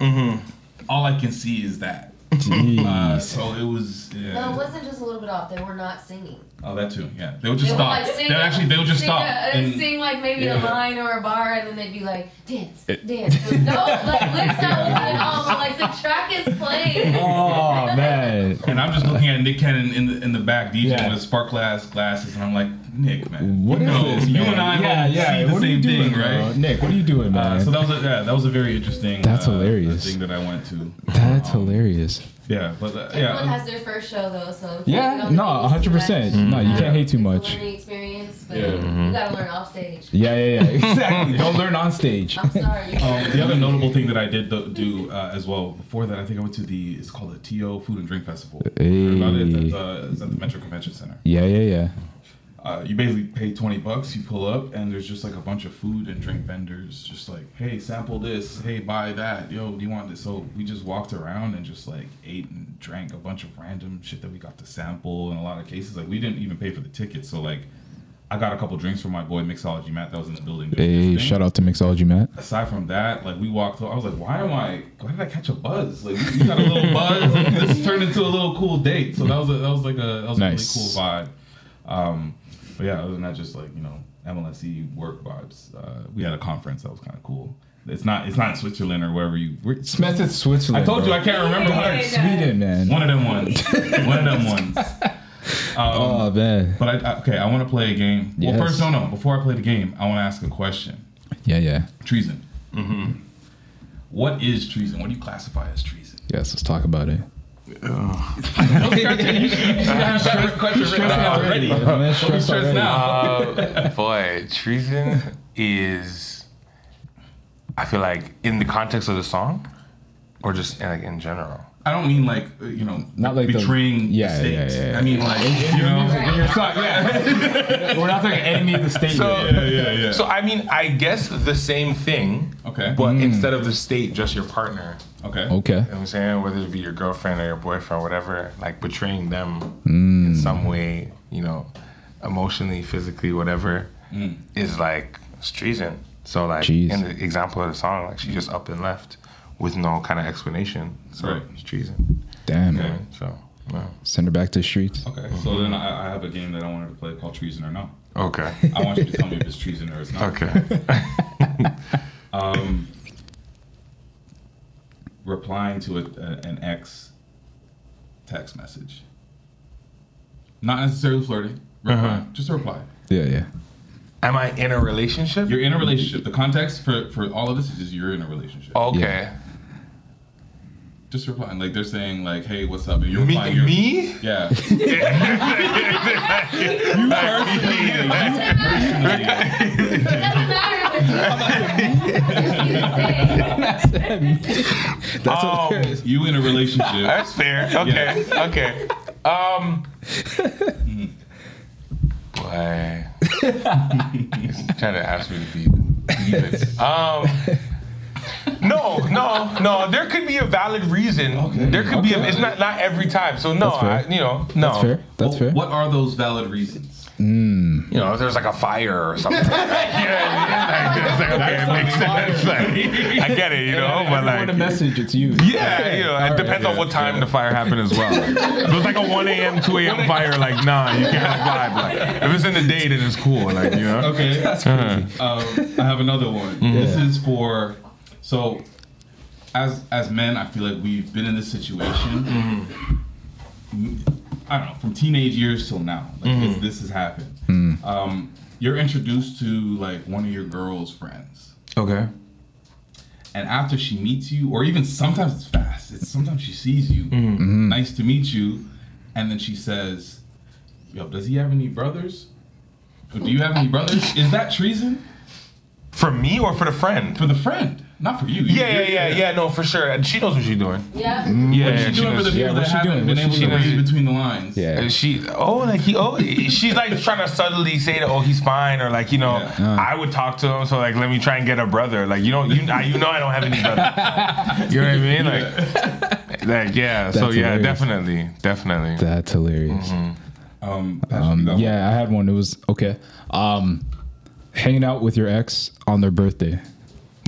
Speaker 1: all I can see is that. Uh,
Speaker 2: Jeez.
Speaker 1: so it was. Yeah.
Speaker 5: No, it wasn't just a little bit off. They were not singing.
Speaker 1: oh, that too. Yeah, they would just
Speaker 5: They
Speaker 1: stop.
Speaker 5: would like sing.
Speaker 1: they would actually they would just
Speaker 5: sing
Speaker 1: stop.
Speaker 5: A,
Speaker 1: and-
Speaker 5: sing like maybe a
Speaker 1: Yeah.
Speaker 5: line or a bar, and then they'd be like, dance, dance. no, like lips not moving at all, but like the track is playing.
Speaker 2: Oh man.
Speaker 1: and I'm just looking at Nick Cannon in the in the back DJing
Speaker 2: Yeah.
Speaker 1: with spark glass glasses, and I'm like, Nick, man,
Speaker 2: What
Speaker 1: you
Speaker 2: is
Speaker 1: know,
Speaker 2: this?
Speaker 1: you
Speaker 2: man?
Speaker 1: and
Speaker 2: yeah,
Speaker 1: I don't
Speaker 2: yeah.
Speaker 1: see the
Speaker 2: what are you
Speaker 1: same
Speaker 2: doing,
Speaker 1: thing,
Speaker 2: bro?
Speaker 1: right?
Speaker 2: Nick, what are you doing, man?
Speaker 1: Uh, so that was a, yeah, that was a very interesting.
Speaker 2: That's
Speaker 1: uh,
Speaker 2: hilarious.
Speaker 1: Thing that I went to.
Speaker 2: That's hilarious.
Speaker 1: Yeah, but uh,
Speaker 5: Everyone
Speaker 1: yeah,
Speaker 5: has their first show though, so
Speaker 2: Yeah, no, 100%. No, you can't hate too much.
Speaker 5: It's a learning experience, but
Speaker 1: Yeah.
Speaker 5: you
Speaker 4: Mm-hmm.
Speaker 5: gotta learn off stage.
Speaker 2: Yeah, yeah, yeah. Exactly. Don't learn on stage.
Speaker 5: I'm sorry.
Speaker 2: Oh.
Speaker 1: Um, the other notable thing that I did th- do uh, as well before that, I think I went to the it's called the TO Food and Drink Festival.
Speaker 2: Hey.
Speaker 1: About it, it's, at the, it's at the Metro Convention Center.
Speaker 2: Yeah, yeah, yeah.
Speaker 1: Uh, you basically pay twenty bucks, you pull up, and there's just like a bunch of food and drink vendors, just like, hey, sample this, hey, buy that, yo, do you want this? So we just walked around and just like ate and drank a bunch of random shit that we got to sample. In a lot of cases, like we didn't even pay for the ticket, so like. I got a couple drinks from my boy Mixology Matt that was in the building. doing his
Speaker 2: Hey,
Speaker 1: thing
Speaker 2: shout out to Mixology Matt.
Speaker 1: aside from that, like we walked, I was like, why am I? Why did I catch a buzz? Like we got a little buzz. Like, this turned into a little cool date. So that was a, that was like a that was
Speaker 2: Nice.
Speaker 1: a really cool vibe. Um, but yeah, other than that, just like you know MLSE E work vibes. Uh, we had a conference that was kind of cool. It's not it's not in Switzerland or wherever you. Where,
Speaker 2: Smith at Switzerland.
Speaker 1: I told you
Speaker 2: bro.
Speaker 1: I can't remember.
Speaker 2: Sweden, man.
Speaker 1: One of them ones. One of them ones. Um,
Speaker 2: Oh man.
Speaker 1: but I, I, okay, I want to play a game.
Speaker 2: Yes.
Speaker 1: Well, first, no, no. Before I play the game, I want to ask a question.
Speaker 2: Yeah, yeah.
Speaker 1: Treason. Mm-hmm. What is treason? What do you classify as treason?
Speaker 2: Yes, let's talk about it.
Speaker 1: already.
Speaker 2: Man,
Speaker 1: He's
Speaker 2: stressed
Speaker 1: stressed
Speaker 2: already.
Speaker 1: now.
Speaker 4: Uh, boy, treason is. I feel like in the context of the song, or just like in general.
Speaker 1: I don't mean like uh, you know,
Speaker 2: Not like the-
Speaker 1: betraying the,
Speaker 2: Yeah, yeah,
Speaker 1: state.
Speaker 2: yeah, yeah.
Speaker 1: I mean like you know,
Speaker 5: Right.
Speaker 2: We're not talking enemy of the state.
Speaker 4: So,
Speaker 2: yet.
Speaker 1: yeah, yeah, yeah.
Speaker 4: so I mean, I guess the same thing.
Speaker 1: Okay.
Speaker 4: But instead of the state, just your partner.
Speaker 1: okay,
Speaker 2: okay.
Speaker 4: You know what I'm saying? Whether it be your girlfriend or your boyfriend, whatever, like betraying them in
Speaker 1: Mm.
Speaker 4: some way, you know, emotionally, physically, whatever,
Speaker 1: Mm.
Speaker 4: is like it's treason. So, like,
Speaker 2: Jeez.
Speaker 4: in the example of the song, like, she just up and left with no kind of explanation. So,
Speaker 1: Right.
Speaker 4: it's treason.
Speaker 2: Damn.
Speaker 4: Yeah. So, yeah.
Speaker 2: Send her back to the streets.
Speaker 1: okay. So then I, I have a game that I wanted to play called treason or not.
Speaker 4: Okay.
Speaker 1: I want you to tell me if it's treason or it's not.
Speaker 4: okay.
Speaker 1: Replying to a, a, an ex text message, not necessarily flirting. Reply, just a reply.
Speaker 2: Yeah, yeah.
Speaker 4: Am I in a relationship?
Speaker 1: You're in a relationship. The context for for all of this is just you're in a relationship.
Speaker 4: okay.
Speaker 2: Yeah.
Speaker 1: just replying. Like they're saying, like, "Hey, what's up?" And you're replying,
Speaker 4: Me?
Speaker 1: you're-
Speaker 4: me?
Speaker 1: yeah. you personally, you personally.
Speaker 5: It doesn't matter if
Speaker 4: Um,
Speaker 1: you in a relationship.
Speaker 4: That's fair. Okay. Okay. Um. Boy. He's trying to ask me to be. leave it. Um. No, no, no. There could be a valid reason. There could be. A, it's not not every time. So no,
Speaker 2: That's fair.
Speaker 4: I, you know, no.
Speaker 1: Oh,
Speaker 2: That's fair. That's fair.
Speaker 1: What are those valid reasons?
Speaker 4: You know, if there's like a fire or something. yeah, it's like, okay, it makes sense. Like, I get it, you know, but
Speaker 2: want a
Speaker 4: like.
Speaker 2: message, it's you.
Speaker 4: Yeah, you know, it depends on what time the fire happened as well. if it's like a 1 a.m., 2 a.m. fire, like, nah, you can't have vibe. Like, if it's in the day, then it's cool, like, you know?
Speaker 1: Okay. That's crazy. Um, I have another one. This is for so as as men, I feel like we've been in this situation. I don't know from teenage years till now. Like this, this has happened. Um, you're introduced to like one of your girl's friends,
Speaker 4: Okay.
Speaker 1: and after she meets you, or even sometimes it's fast. It's sometimes she sees you, nice to meet you, and then she says, "Yo, does he have any brothers? Or do you have any brothers? Is that treason?"
Speaker 4: For me or for the friend?
Speaker 1: For the friend, not for you. You-
Speaker 4: Yeah, yeah,
Speaker 1: you're-
Speaker 4: yeah, yeah, no, for sure. And she knows what she's doing.
Speaker 2: Mm.
Speaker 5: Yeah.
Speaker 4: Yeah,
Speaker 1: She's doing for the people
Speaker 2: what's
Speaker 1: that
Speaker 2: she
Speaker 1: haven't
Speaker 2: doing?
Speaker 1: been
Speaker 2: What's
Speaker 1: able
Speaker 4: she
Speaker 1: to
Speaker 4: doing?
Speaker 1: read between the lines.
Speaker 2: Yeah.
Speaker 4: And she, oh, like he, oh, she's like trying to subtly say that, oh, he's fine, or like you know,
Speaker 1: Yeah.
Speaker 4: I would talk to him, so like let me try and get a brother. Like you don't, you, I, you know, I don't have any brother. You know what I mean? Like, like yeah. so
Speaker 2: That's
Speaker 4: yeah,
Speaker 2: hilarious.
Speaker 4: definitely, definitely.
Speaker 2: That's hilarious.
Speaker 1: Um,
Speaker 2: Um,
Speaker 1: Patrick, you got
Speaker 2: yeah, I had one. It was okay. Um, hanging out with your ex on their birthday.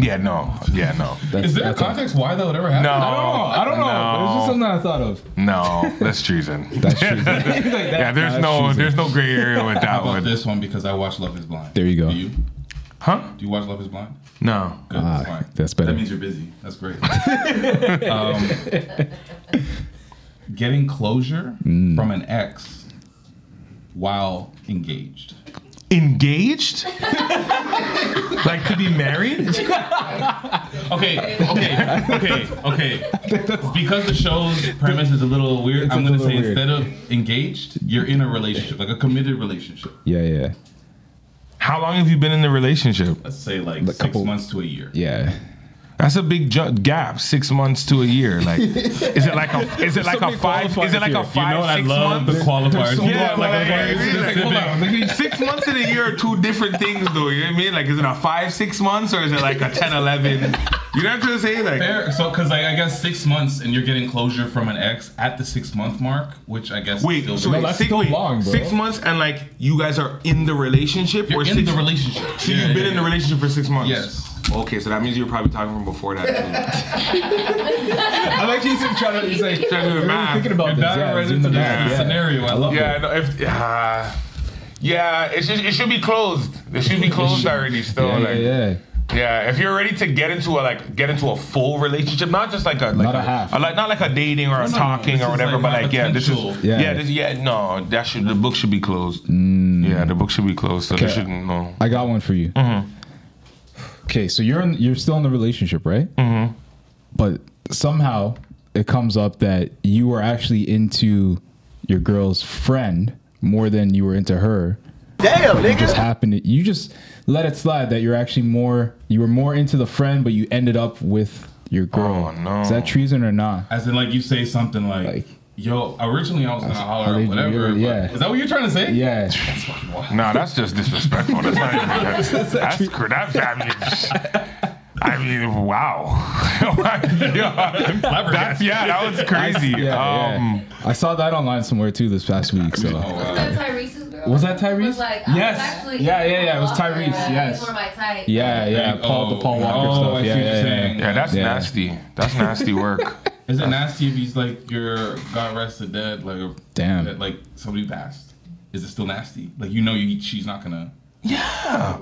Speaker 4: Yeah, no, yeah, no,
Speaker 1: one?
Speaker 2: That's,
Speaker 1: Is there a
Speaker 2: that's
Speaker 1: context why that would ever happen?
Speaker 4: no.
Speaker 2: I don't know. It was just something I thought of.
Speaker 4: No, that's treason.
Speaker 2: That's true.
Speaker 4: yeah, there's
Speaker 2: that's
Speaker 4: no,
Speaker 2: treason.
Speaker 4: there's no gray area with that
Speaker 1: How about
Speaker 4: one,
Speaker 1: this one because I watch Love Is Blind.
Speaker 2: There you go.
Speaker 1: Do you?
Speaker 4: huh?
Speaker 1: Do you watch Love Is Blind?
Speaker 4: No.
Speaker 1: Good.
Speaker 2: Ah, that's better.
Speaker 1: That means you're busy. That's great. um, getting closure
Speaker 2: Mm.
Speaker 1: from an ex while engaged.
Speaker 4: Engaged? like to be married?
Speaker 1: Okay, okay, okay, okay. Because the show's premise is a little weird,
Speaker 2: It's
Speaker 1: I'm
Speaker 2: a
Speaker 1: going to
Speaker 2: little
Speaker 1: say
Speaker 2: weird.
Speaker 1: instead of engaged, you're in a relationship, like a committed relationship.
Speaker 2: Yeah, yeah,
Speaker 4: How long have you been in the relationship?
Speaker 1: Let's say like, six
Speaker 2: couple-
Speaker 1: months to a year.
Speaker 2: yeah.
Speaker 4: That's a big ju- gap, six months to a year. Like, is it like a is it like a
Speaker 2: many
Speaker 4: five? Is it like a
Speaker 2: qualifiers here.
Speaker 4: five six months?
Speaker 1: the qualifiers.
Speaker 4: yeah, like,
Speaker 1: I'm very
Speaker 4: like, hold on. Like, six months in a year are two different things, though. You know what I mean? Like, is it a five six months or is it like a 10, 11? You know what I'm trying to say? Like,
Speaker 1: Fair. So, because like, I guess six months and you're getting closure from an ex at the six month mark, which I guess
Speaker 4: wait,
Speaker 1: is
Speaker 4: so
Speaker 1: very-
Speaker 4: wait,
Speaker 2: that's
Speaker 4: six,
Speaker 2: still
Speaker 4: wait,
Speaker 2: long, bro.
Speaker 4: six months and like you guys are in the relationship
Speaker 1: you're
Speaker 4: or
Speaker 1: in
Speaker 4: six
Speaker 1: the relationship.
Speaker 4: So you've been in the relationship for six months.
Speaker 1: Yes.
Speaker 4: Okay, so that means you're probably talking from before that. I'm actually trying to, he's like, trying to do the math.
Speaker 2: thinking about this.
Speaker 1: That
Speaker 2: Yeah,
Speaker 1: already
Speaker 2: it's in the
Speaker 1: is a
Speaker 2: back, yeah.
Speaker 1: scenario. I love
Speaker 4: Yeah, no, if uh, yeah, it should it should be closed. It should be closed already. Still,
Speaker 2: Yeah, yeah,
Speaker 4: Oh, like, yeah,
Speaker 2: yeah.
Speaker 4: If you're ready to get into a like get into a full relationship, not just like a like
Speaker 2: Not a half.
Speaker 4: like not like a dating or a
Speaker 1: no,
Speaker 4: talking
Speaker 1: this
Speaker 4: or
Speaker 1: is,
Speaker 4: whatever,
Speaker 1: like,
Speaker 4: but
Speaker 1: my
Speaker 4: like yeah, this
Speaker 1: potential.
Speaker 4: is
Speaker 2: Yeah.
Speaker 4: yeah, this, yeah, no, that should the book should be closed. Yeah, the book should be closed. So they
Speaker 2: Mm. Okay.
Speaker 4: shouldn't no.
Speaker 2: I got one for you.
Speaker 1: Mm-hmm.
Speaker 2: Okay, so you're in, you're still in the relationship, right? Mm-hmm. But somehow it comes up that you were actually into your girl's friend more than you were into her.
Speaker 6: Damn,
Speaker 2: It just
Speaker 6: nigga.
Speaker 2: happened. to- you just let it slide that you're actually more you were more into the friend, but you ended up with your girl.
Speaker 4: Oh, no.
Speaker 2: Is that treason or not?
Speaker 1: As in, like, you say something like,
Speaker 2: Like-
Speaker 1: yo, originally I was going to holler or
Speaker 2: originally,
Speaker 1: whatever. but-
Speaker 2: yeah.
Speaker 1: Is that what you're trying to say?
Speaker 2: Yeah.
Speaker 1: That's fucking wild.
Speaker 4: No, that's just disrespectful. That's not even. That's, that's, cr- that's I mean, I mean, wow. yeah, that's, yeah, that was crazy.
Speaker 2: Yeah, yeah.
Speaker 4: um,
Speaker 2: I saw that online somewhere too this past week.
Speaker 1: Oh,
Speaker 2: So
Speaker 1: wow.
Speaker 5: Was that Tyrese's girl?
Speaker 2: Was that Tyrese?
Speaker 5: Was like, I was
Speaker 2: Yes.
Speaker 5: actually-
Speaker 2: Yeah, yeah, yeah, it was
Speaker 5: I love her.
Speaker 2: Tyrese, yes.
Speaker 5: He's more my type.
Speaker 2: yeah, yeah, Paul the Paul Walker
Speaker 1: oh,
Speaker 2: stuff.
Speaker 1: I see
Speaker 2: yeah,
Speaker 1: what
Speaker 2: yeah,
Speaker 1: you're
Speaker 2: yeah.
Speaker 1: saying.
Speaker 4: yeah, that's
Speaker 2: Yeah.
Speaker 4: nasty. That's nasty work.
Speaker 1: Is it nasty if he's like your God rest the dead, like or
Speaker 2: Damn.
Speaker 1: that, like somebody passed? Is it still nasty? Like you know, you she's not gonna.
Speaker 4: yeah,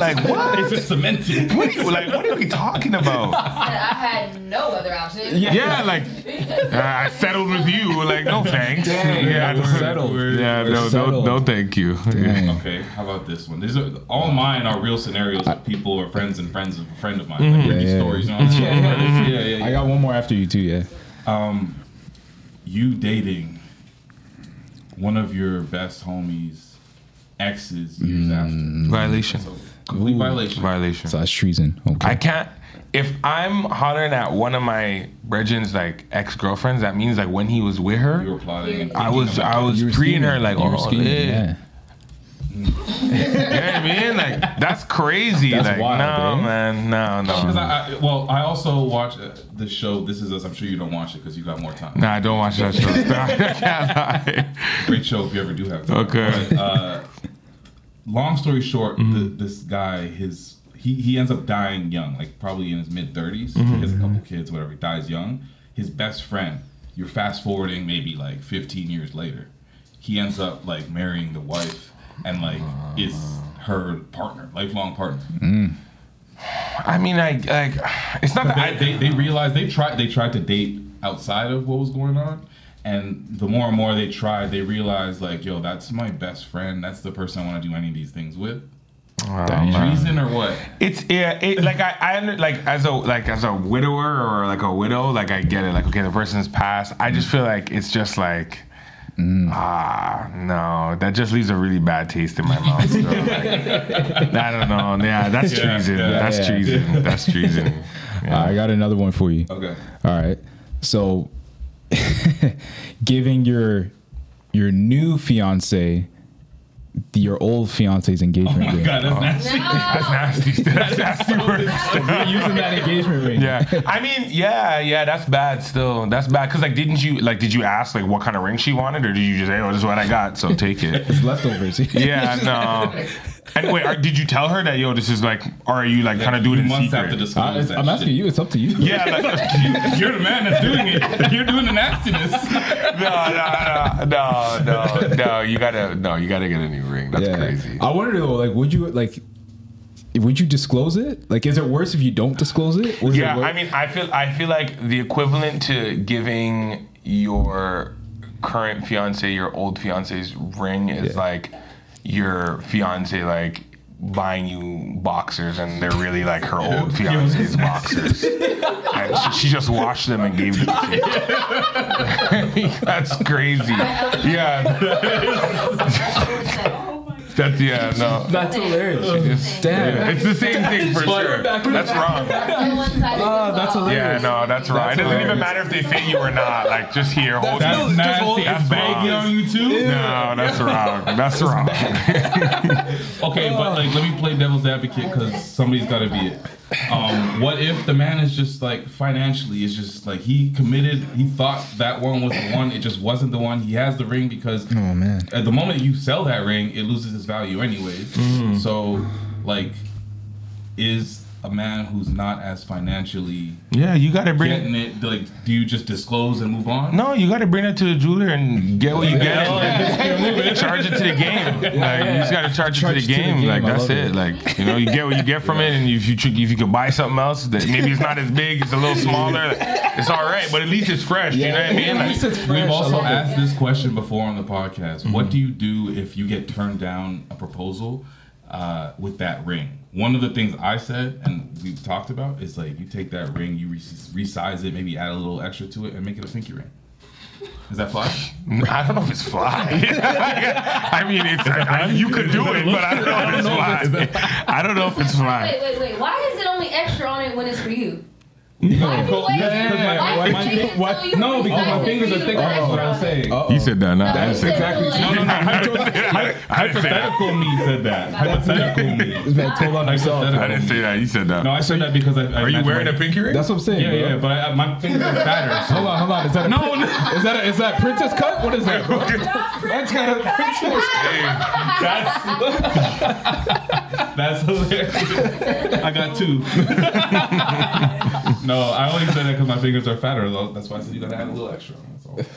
Speaker 4: like what?
Speaker 1: It's cemented.
Speaker 4: What are you, like, what are we talking about?
Speaker 5: And I had no other option. Yeah.
Speaker 4: Yeah, like uh, I settled with you. Like, no thanks. yeah,
Speaker 2: we're
Speaker 4: no-
Speaker 2: settled. We're
Speaker 4: Yeah, no, no,
Speaker 2: settled.
Speaker 4: no, thank you. Yeah.
Speaker 1: Okay, how about this one? These are all mine are real scenarios of people or friends and friends of a friend of mine. Like, creepy
Speaker 2: Mm-hmm. Yeah, yeah.
Speaker 1: stories and all that. Yeah, yeah, yeah. yeah.
Speaker 2: I got one more after you too. Yeah.
Speaker 1: you dating one of your best homies exes
Speaker 2: Mm.
Speaker 1: years after.
Speaker 4: Violation.
Speaker 1: Complete violation.
Speaker 4: Violation.
Speaker 2: So that's treason. Okay.
Speaker 4: I can't. If I'm hollering at one of my brethren's like ex girlfriends, that means like when he was with
Speaker 1: You were
Speaker 4: her,
Speaker 1: plotting. and
Speaker 4: I was I was
Speaker 2: You were
Speaker 4: treating
Speaker 2: scheming.
Speaker 4: her like
Speaker 2: You were
Speaker 4: oh
Speaker 2: scheming,
Speaker 4: yeah.
Speaker 2: yeah.
Speaker 4: You know what I mean? Like that's crazy.
Speaker 2: That's
Speaker 4: like
Speaker 2: wild, eh?
Speaker 4: no,
Speaker 2: dude.
Speaker 4: man, no,
Speaker 1: Because
Speaker 4: no.
Speaker 1: I, I, well, I also watch uh, the show This Is Us. I'm sure you don't watch it because you got more time.
Speaker 4: Nah, I don't watch that show. I can't lie.
Speaker 1: Great show if you ever do have time.
Speaker 4: Okay. Mm-hmm.
Speaker 1: Uh, long story short, the, this guy, his he, he ends up dying young, like probably in his mid 30s.
Speaker 4: Mm-hmm.
Speaker 1: He has a couple kids, whatever. He dies young. His best friend, you're fast forwarding maybe like 15 years later, he ends up like marrying the wife and like is her partner, lifelong partner.
Speaker 4: I mean, I like. It's not that
Speaker 1: they,
Speaker 4: I.
Speaker 1: they, they realized they tried they tried to date outside of what was going on and the more and more they tried they realized like yo that's my best friend that's the person i want to do any of these things with treason or what
Speaker 4: It's yeah, it, like I, I under- like as a like as a widower or like a widow, like I get it. Like okay, the person's passed. I just feel like it's just like. Ah no, that just leaves a really bad taste in my mouth. So, like, I don't know. Yeah, that's treason.
Speaker 1: yeah,
Speaker 4: that's
Speaker 2: yeah.
Speaker 4: treason. That's treason.
Speaker 2: I got another one for you.
Speaker 1: okay
Speaker 2: All right. So giving your your new fiance your old fiance's
Speaker 4: Oh
Speaker 2: engagement ring.
Speaker 1: god that's
Speaker 5: Oh,
Speaker 1: nasty
Speaker 5: No.
Speaker 4: Nasty. That's nasty words.
Speaker 2: You're using that engagement ring.
Speaker 4: Yeah, I mean, yeah, yeah, that's bad. Still, that's bad. Cause like, didn't you like? Did you ask like what kind of ring she wanted, or did you just say, "Oh, this is what I got, so take it"?
Speaker 2: It's leftovers.
Speaker 4: Yeah, no. And wait, are, did you tell her that yo, this is like, or are you like kind of doing
Speaker 1: you
Speaker 4: it in
Speaker 1: must have to
Speaker 4: secret?
Speaker 1: disclose
Speaker 2: I,
Speaker 1: that
Speaker 2: am asking
Speaker 1: shit.
Speaker 2: you. It's up to you.
Speaker 4: Yeah, like,
Speaker 1: you're the man that's doing it you're doing the nastiness
Speaker 4: no, no, no, no, no. You gotta, no, you gotta get a new ring. That's
Speaker 2: Yeah.
Speaker 4: crazy.
Speaker 2: I wonder though, like, would you like, would you disclose it? Like, is it worse if you don't disclose it? Or is it
Speaker 4: Yeah,
Speaker 2: wor-
Speaker 4: I mean, I feel, I feel like the equivalent to giving your current fiance your old fiance's ring is like your fiance like buying you boxers and they're really like her old fiance's boxers and she, she just washed them and gave them to you That's crazy. Yeah.
Speaker 5: oh,
Speaker 4: That's yeah, no.
Speaker 2: that's hilarious.
Speaker 4: It's,
Speaker 2: Damn.
Speaker 4: it's the same thing for sure. That's wrong.
Speaker 5: Oh,
Speaker 2: that's a
Speaker 4: Yeah, no, that's wrong. It doesn't even
Speaker 2: hilarious.
Speaker 4: matter if they fit you or not. Like just here, hold
Speaker 1: that's
Speaker 4: it.
Speaker 1: nasty
Speaker 4: that's
Speaker 1: it's bagging
Speaker 4: wrong.
Speaker 1: on you too
Speaker 4: No, that's wrong. That's wrong.
Speaker 1: okay but like let me play devil's advocate because somebody's got to be it um what if the man is just like financially is just like he committed he thought that one was the one it just wasn't the one he has the ring because
Speaker 2: Oh man.
Speaker 1: at the moment you sell that ring, it loses its value anyways. So, like, is a man who's not as financially
Speaker 4: Yeah, you gotta bring
Speaker 1: getting it like, do you just disclose and move on?
Speaker 4: No, you gotta bring it to the jeweler and get what you get. charge it to the game. Like you just gotta charge,
Speaker 2: Charge
Speaker 4: it to the game. Like
Speaker 2: I
Speaker 4: that's
Speaker 2: love
Speaker 4: it.
Speaker 2: it.
Speaker 4: Like you know, you get what you get from it, and if you tr- if you could buy something else that maybe it's not as big, it's a little smaller. like, it's all right, but at least it's fresh. You know what I mean? Like,
Speaker 1: We've also
Speaker 2: asked.
Speaker 1: asked this question before on the podcast.
Speaker 4: Mm-hmm.
Speaker 1: What do you do if you get turned down a proposal uh, with that ring? One of the things I said and we've talked about is like you take that ring, you re- resize it, maybe add a little extra to it, and make it a pinky ring. Is that fly?
Speaker 4: I don't know if it's fly. I mean, it's, I, I- you could do it, but I don't know if it's fly. I don't know if it's fly.
Speaker 5: Wait, wait, wait. Why is it only extra on it when it's for you? Why do you
Speaker 1: yeah,
Speaker 5: wait?
Speaker 1: yeah, yeah.
Speaker 5: Why do
Speaker 1: Why-
Speaker 5: you wait until
Speaker 2: why-
Speaker 5: you
Speaker 1: No, because
Speaker 5: decide
Speaker 1: my
Speaker 5: to
Speaker 1: fingers are
Speaker 5: leave
Speaker 1: thick.
Speaker 5: the
Speaker 1: That's what
Speaker 5: extra
Speaker 1: I'm
Speaker 5: on?
Speaker 1: saying.
Speaker 4: You said that, not
Speaker 5: No, you said like-
Speaker 1: No, no, no.
Speaker 4: I, I didn't say that.
Speaker 1: Hypothetical me said that. Hypothetical me.
Speaker 2: Man, told on yourself.
Speaker 1: Hypothetical
Speaker 4: I didn't say that. You said that.
Speaker 1: No, I said that because I. I
Speaker 4: Are you
Speaker 1: imagine
Speaker 4: wearing
Speaker 1: my-
Speaker 4: a pinky ring?
Speaker 2: That's what I'm saying.
Speaker 1: Yeah,
Speaker 2: bro.
Speaker 1: yeah, but I, my fingers are fatter. So.
Speaker 2: Hold on, hold on. Is that a
Speaker 1: No, no.
Speaker 2: Is that a, is that princess cut? What is that? bro? That's kind of princess.
Speaker 1: That's that's hilarious. I got two. no, I only said that because my fingers are fatter. Though. That's why I said you gotta add a little extra. That's all.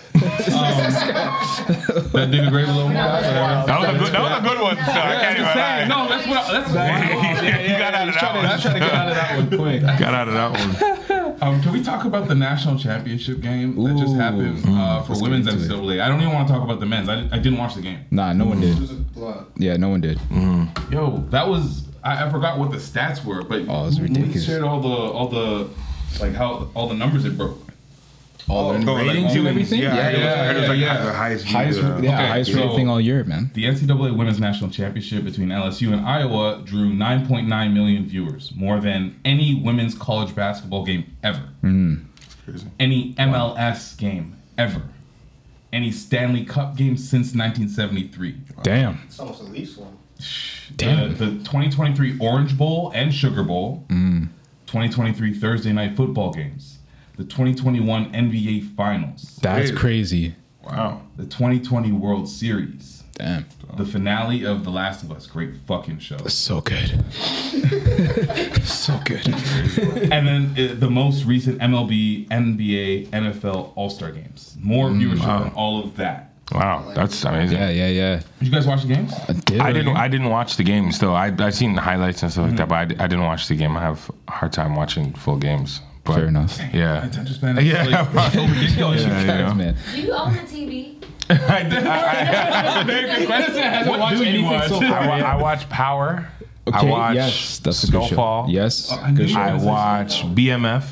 Speaker 1: Um, that nigga great little more. That's
Speaker 4: That was a good. That was a good one. So I can't even lie.
Speaker 1: No, that's what. I, that's
Speaker 4: you got out of that one.
Speaker 2: I tried to get out of that one quick.
Speaker 4: Got out of that one.
Speaker 1: Um, can we talk about the national championship game that just
Speaker 2: Ooh. Mm,
Speaker 1: happened uh, for women's
Speaker 2: into it.
Speaker 1: NCAA? I don't even want to talk about the men's. I, I didn't watch the game.
Speaker 2: Nah, no one did. Yeah, no one did.
Speaker 1: Yo, that was I, I forgot what the stats were, but
Speaker 2: Oh, it's
Speaker 1: who- who
Speaker 2: ridiculous.
Speaker 1: Shared all the all the like how all the numbers it broke.
Speaker 2: All their ratings and everything.
Speaker 4: Yeah, yeah, yeah.
Speaker 1: yeah.
Speaker 4: The highest.
Speaker 2: Highest, yeah, highest
Speaker 1: so-
Speaker 2: rated thing all year, man.
Speaker 1: The NCAA Women's National Championship between LSU and Iowa drew 9.9 million viewers, more than any women's college basketball game ever,
Speaker 2: Mm.
Speaker 1: any MLS game ever, any Stanley Cup game since 1973.
Speaker 2: Damn.
Speaker 6: It's almost the least one.
Speaker 2: Damn.
Speaker 1: The, the 2023 Orange Bowl and Sugar Bowl,
Speaker 2: Mm.
Speaker 1: 2023 Thursday night football games, the 2021 NBA Finals,
Speaker 2: That's
Speaker 4: Dude.
Speaker 2: crazy.
Speaker 4: Wow.
Speaker 1: the 2020 World Series,
Speaker 2: Damn.
Speaker 1: the finale of The Last of Us. Great fucking show.
Speaker 2: So good. so good.
Speaker 1: and then uh, the most recent MLB, NBA, NFL All Star games. More
Speaker 4: Mm,
Speaker 1: viewership than all of that.
Speaker 4: Wow. That's amazing.
Speaker 2: Yeah, yeah, yeah.
Speaker 1: Did you guys watch the games?
Speaker 4: I didn't. I didn't watch the games though. I I seen the highlights and stuff like that, but I, di- I didn't watch the game. I have a hard time watching full games. But
Speaker 2: Fair enough.
Speaker 4: Yeah.
Speaker 1: Attention span. is
Speaker 4: Yeah.
Speaker 1: like-
Speaker 4: yeah,
Speaker 1: ridiculous.
Speaker 4: yeah.
Speaker 2: Man.
Speaker 5: Do you own the TV?
Speaker 4: I, did- I,
Speaker 1: What do you watch?
Speaker 4: I, I, wa- I watch Power. I
Speaker 2: Okay,
Speaker 4: watch
Speaker 2: yes, that's a good show.
Speaker 4: Snowfall.
Speaker 2: Yes.
Speaker 1: I knew
Speaker 2: Good
Speaker 1: you
Speaker 2: show.
Speaker 4: I
Speaker 1: guys-
Speaker 4: watch BMF.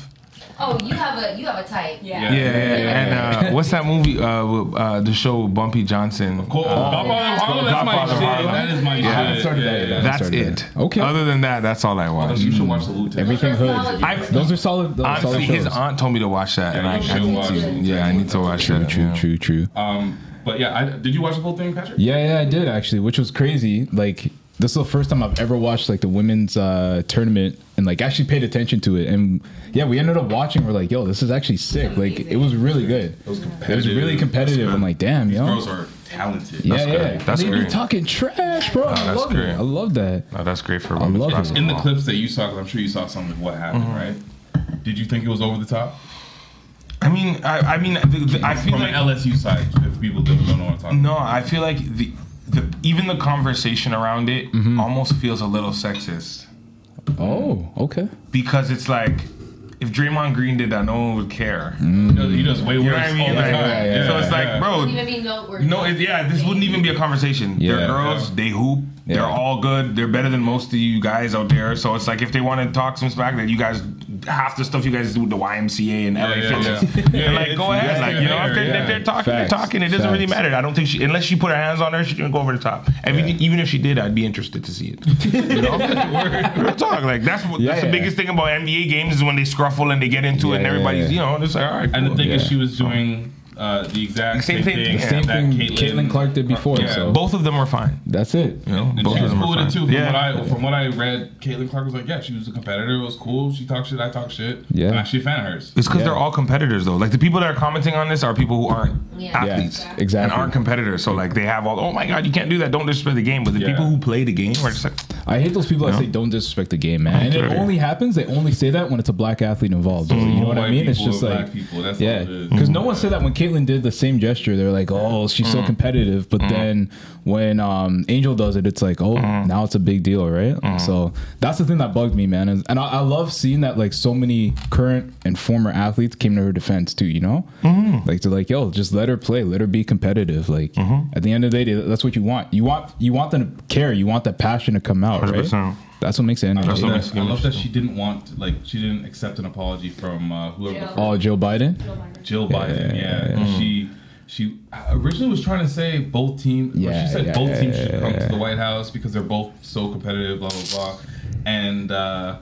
Speaker 5: Oh, you have a you have a type. Yeah.
Speaker 4: Yeah, yeah, and uh, what's that movie? Uh, with, uh, the show with Bumpy Johnson. Uh,
Speaker 1: Cool. Godfather of Harlem, that's my
Speaker 4: Godfather of
Speaker 1: shit.
Speaker 4: Harlem.
Speaker 1: That is my
Speaker 4: Yeah. Mm.
Speaker 1: shit.
Speaker 2: Sorry,
Speaker 1: Yeah,
Speaker 2: that-
Speaker 1: yeah, yeah.
Speaker 2: that-
Speaker 4: That's
Speaker 2: Sorry,
Speaker 4: it.
Speaker 2: man. Okay.
Speaker 4: Other than that, that's all I watch.
Speaker 1: You should watch the Lieutenant.
Speaker 2: Everything hood.
Speaker 4: I-
Speaker 2: Those are solid. Those are solid
Speaker 4: Honestly, his
Speaker 2: shows.
Speaker 4: aunt told me to watch that, and
Speaker 1: Yeah,
Speaker 4: I,
Speaker 1: you
Speaker 4: I
Speaker 1: should
Speaker 4: need
Speaker 1: watch
Speaker 4: to.
Speaker 1: it.
Speaker 4: Yeah, I need to watch that.
Speaker 2: True,
Speaker 4: yeah.
Speaker 2: true, true.
Speaker 1: Um, but yeah, I, did you watch the whole thing, Patrick?
Speaker 2: Yeah, yeah, I did actually, which was crazy. Like this is the first time I've ever watched like the women's uh, tournament and like actually paid attention to it. And yeah, we ended up watching. We're like, yo, this is actually sick. Like it was really good. It was,
Speaker 1: competitive.
Speaker 2: really competitive.
Speaker 1: That's
Speaker 2: I'm like, damn, yo.
Speaker 1: Girls are talented.
Speaker 2: yeah,
Speaker 4: That's
Speaker 2: yeah.
Speaker 4: great. That's
Speaker 2: they
Speaker 4: great.
Speaker 2: be talking trash, bro. I
Speaker 4: that's
Speaker 2: love
Speaker 4: great.
Speaker 2: it. I love that.
Speaker 4: No, that's great for
Speaker 2: love
Speaker 4: women's
Speaker 2: it.
Speaker 4: basketball.
Speaker 1: In the clips that you saw, 'cause I'm sure you saw some of what happened,
Speaker 4: Mm-hmm.
Speaker 1: right? Did you think it was over the top?
Speaker 4: I mean, I, I mean, the, the, I feel
Speaker 1: From
Speaker 4: like
Speaker 1: an LSU side, if people don't know what I'm talking
Speaker 4: no. I feel like the, the even the conversation around it
Speaker 1: Mm-hmm.
Speaker 4: almost feels a little sexist
Speaker 2: Oh, okay.
Speaker 4: because it's like if Draymond Green did that, no one would care.
Speaker 1: about. He does- He does way worse.
Speaker 4: You know what I mean?
Speaker 1: Mm-hmm. all the
Speaker 4: Like,
Speaker 1: time.
Speaker 2: yeah, yeah,
Speaker 4: so it's like,
Speaker 1: yeah.
Speaker 4: bro,
Speaker 5: Wouldn't even be noteworthy.
Speaker 4: No, it, yeah, this wouldn't even be a conversation.
Speaker 2: Yeah.
Speaker 4: They're girls,
Speaker 1: Yeah.
Speaker 4: they hoop,
Speaker 2: Yeah.
Speaker 4: they're all good, they're better than most of you guys out there. So it's like if they want to talk some smack, that you guys half the stuff you guys do with the YMCA and LA
Speaker 1: yeah, yeah.
Speaker 4: Fitness,
Speaker 1: Yeah,
Speaker 4: and
Speaker 1: it's-
Speaker 4: like go ahead,
Speaker 1: yeah,
Speaker 4: like you know, if they're,
Speaker 1: yeah.
Speaker 4: if they're talking,
Speaker 2: Facts.
Speaker 4: they're talking. It doesn't really
Speaker 2: Facts.
Speaker 4: matter. I don't think she, unless she put her hands on her, she didn't go over the top. And even- even if she did, I'd be interested to see it. You know, Real talk like that's what
Speaker 2: Yeah,
Speaker 4: that's the
Speaker 2: yeah.
Speaker 4: biggest thing about NBA games is when they scruffle and they get into
Speaker 2: Yeah,
Speaker 4: it and
Speaker 2: yeah,
Speaker 4: everybody's
Speaker 2: yeah.
Speaker 4: you know, and it's like all right.
Speaker 1: And the
Speaker 4: cool.
Speaker 1: thing is,
Speaker 2: Yeah.
Speaker 1: she was doing uh, the exact
Speaker 4: Same
Speaker 1: same,
Speaker 4: thing.
Speaker 1: thing.
Speaker 4: Yeah,
Speaker 2: Same
Speaker 1: that
Speaker 2: thing Caitlin, Clark did before.
Speaker 1: Yeah.
Speaker 2: So
Speaker 4: both of them were fine.
Speaker 2: that's it.
Speaker 4: You know,
Speaker 1: And she was cool with it too. From
Speaker 4: yeah.
Speaker 1: what I from what I read, Caitlin Clark was like, yeah, she was a competitor. It was cool. She talked shit. I talked shit.
Speaker 2: Yeah.
Speaker 1: I'm actually a fan of hers.
Speaker 4: It's because
Speaker 2: Yeah.
Speaker 4: they're all competitors, though. Like the people that are commenting on this are people who aren't
Speaker 5: Yeah. Yeah,
Speaker 4: athletes and
Speaker 2: exactly.
Speaker 4: aren't competitors. So like they have all, oh my god, you can't do that. Don't disrespect the game. But the
Speaker 1: Yeah.
Speaker 4: people who play the game are just like,
Speaker 2: I hate those people that say don't disrespect the game, man. And it
Speaker 4: Okay.
Speaker 2: only happens. They only say that when it's a black athlete involved. you know what I
Speaker 1: White
Speaker 2: mean? It's
Speaker 1: people,
Speaker 2: just
Speaker 1: black
Speaker 2: like
Speaker 1: people. That's
Speaker 2: yeah,
Speaker 1: all it is.
Speaker 2: because no one said that when Caitlyn did the same gesture. They were like, "Oh, she's so competitive," but then when um, Angel does it, it's like, "Oh, now it's a big deal, right?" So that's the thing that bugged me, man. And, and I, I love seeing that like so many current and former athletes came to her defense too. You know, like to like, "Yo, just let her play, let her be competitive." Like at the end of the day, that's what you want. You want you want them to care. You want that passion to come out, right?
Speaker 4: 100%.
Speaker 2: That's what makes it
Speaker 1: I
Speaker 2: energy.
Speaker 1: love,
Speaker 4: what makes
Speaker 1: that,
Speaker 4: it
Speaker 1: I love that she didn't want like she didn't accept an apology from uh, whoever the
Speaker 5: Jill.
Speaker 1: fuck-
Speaker 2: Oh, Joe Biden.
Speaker 1: Jill Biden. Yeah, she she originally was trying to say both teams.
Speaker 2: Yeah,
Speaker 1: she said
Speaker 2: yeah,
Speaker 1: both
Speaker 2: yeah,
Speaker 1: teams should come to the White House because they're both so competitive. Blah blah blah. And uh,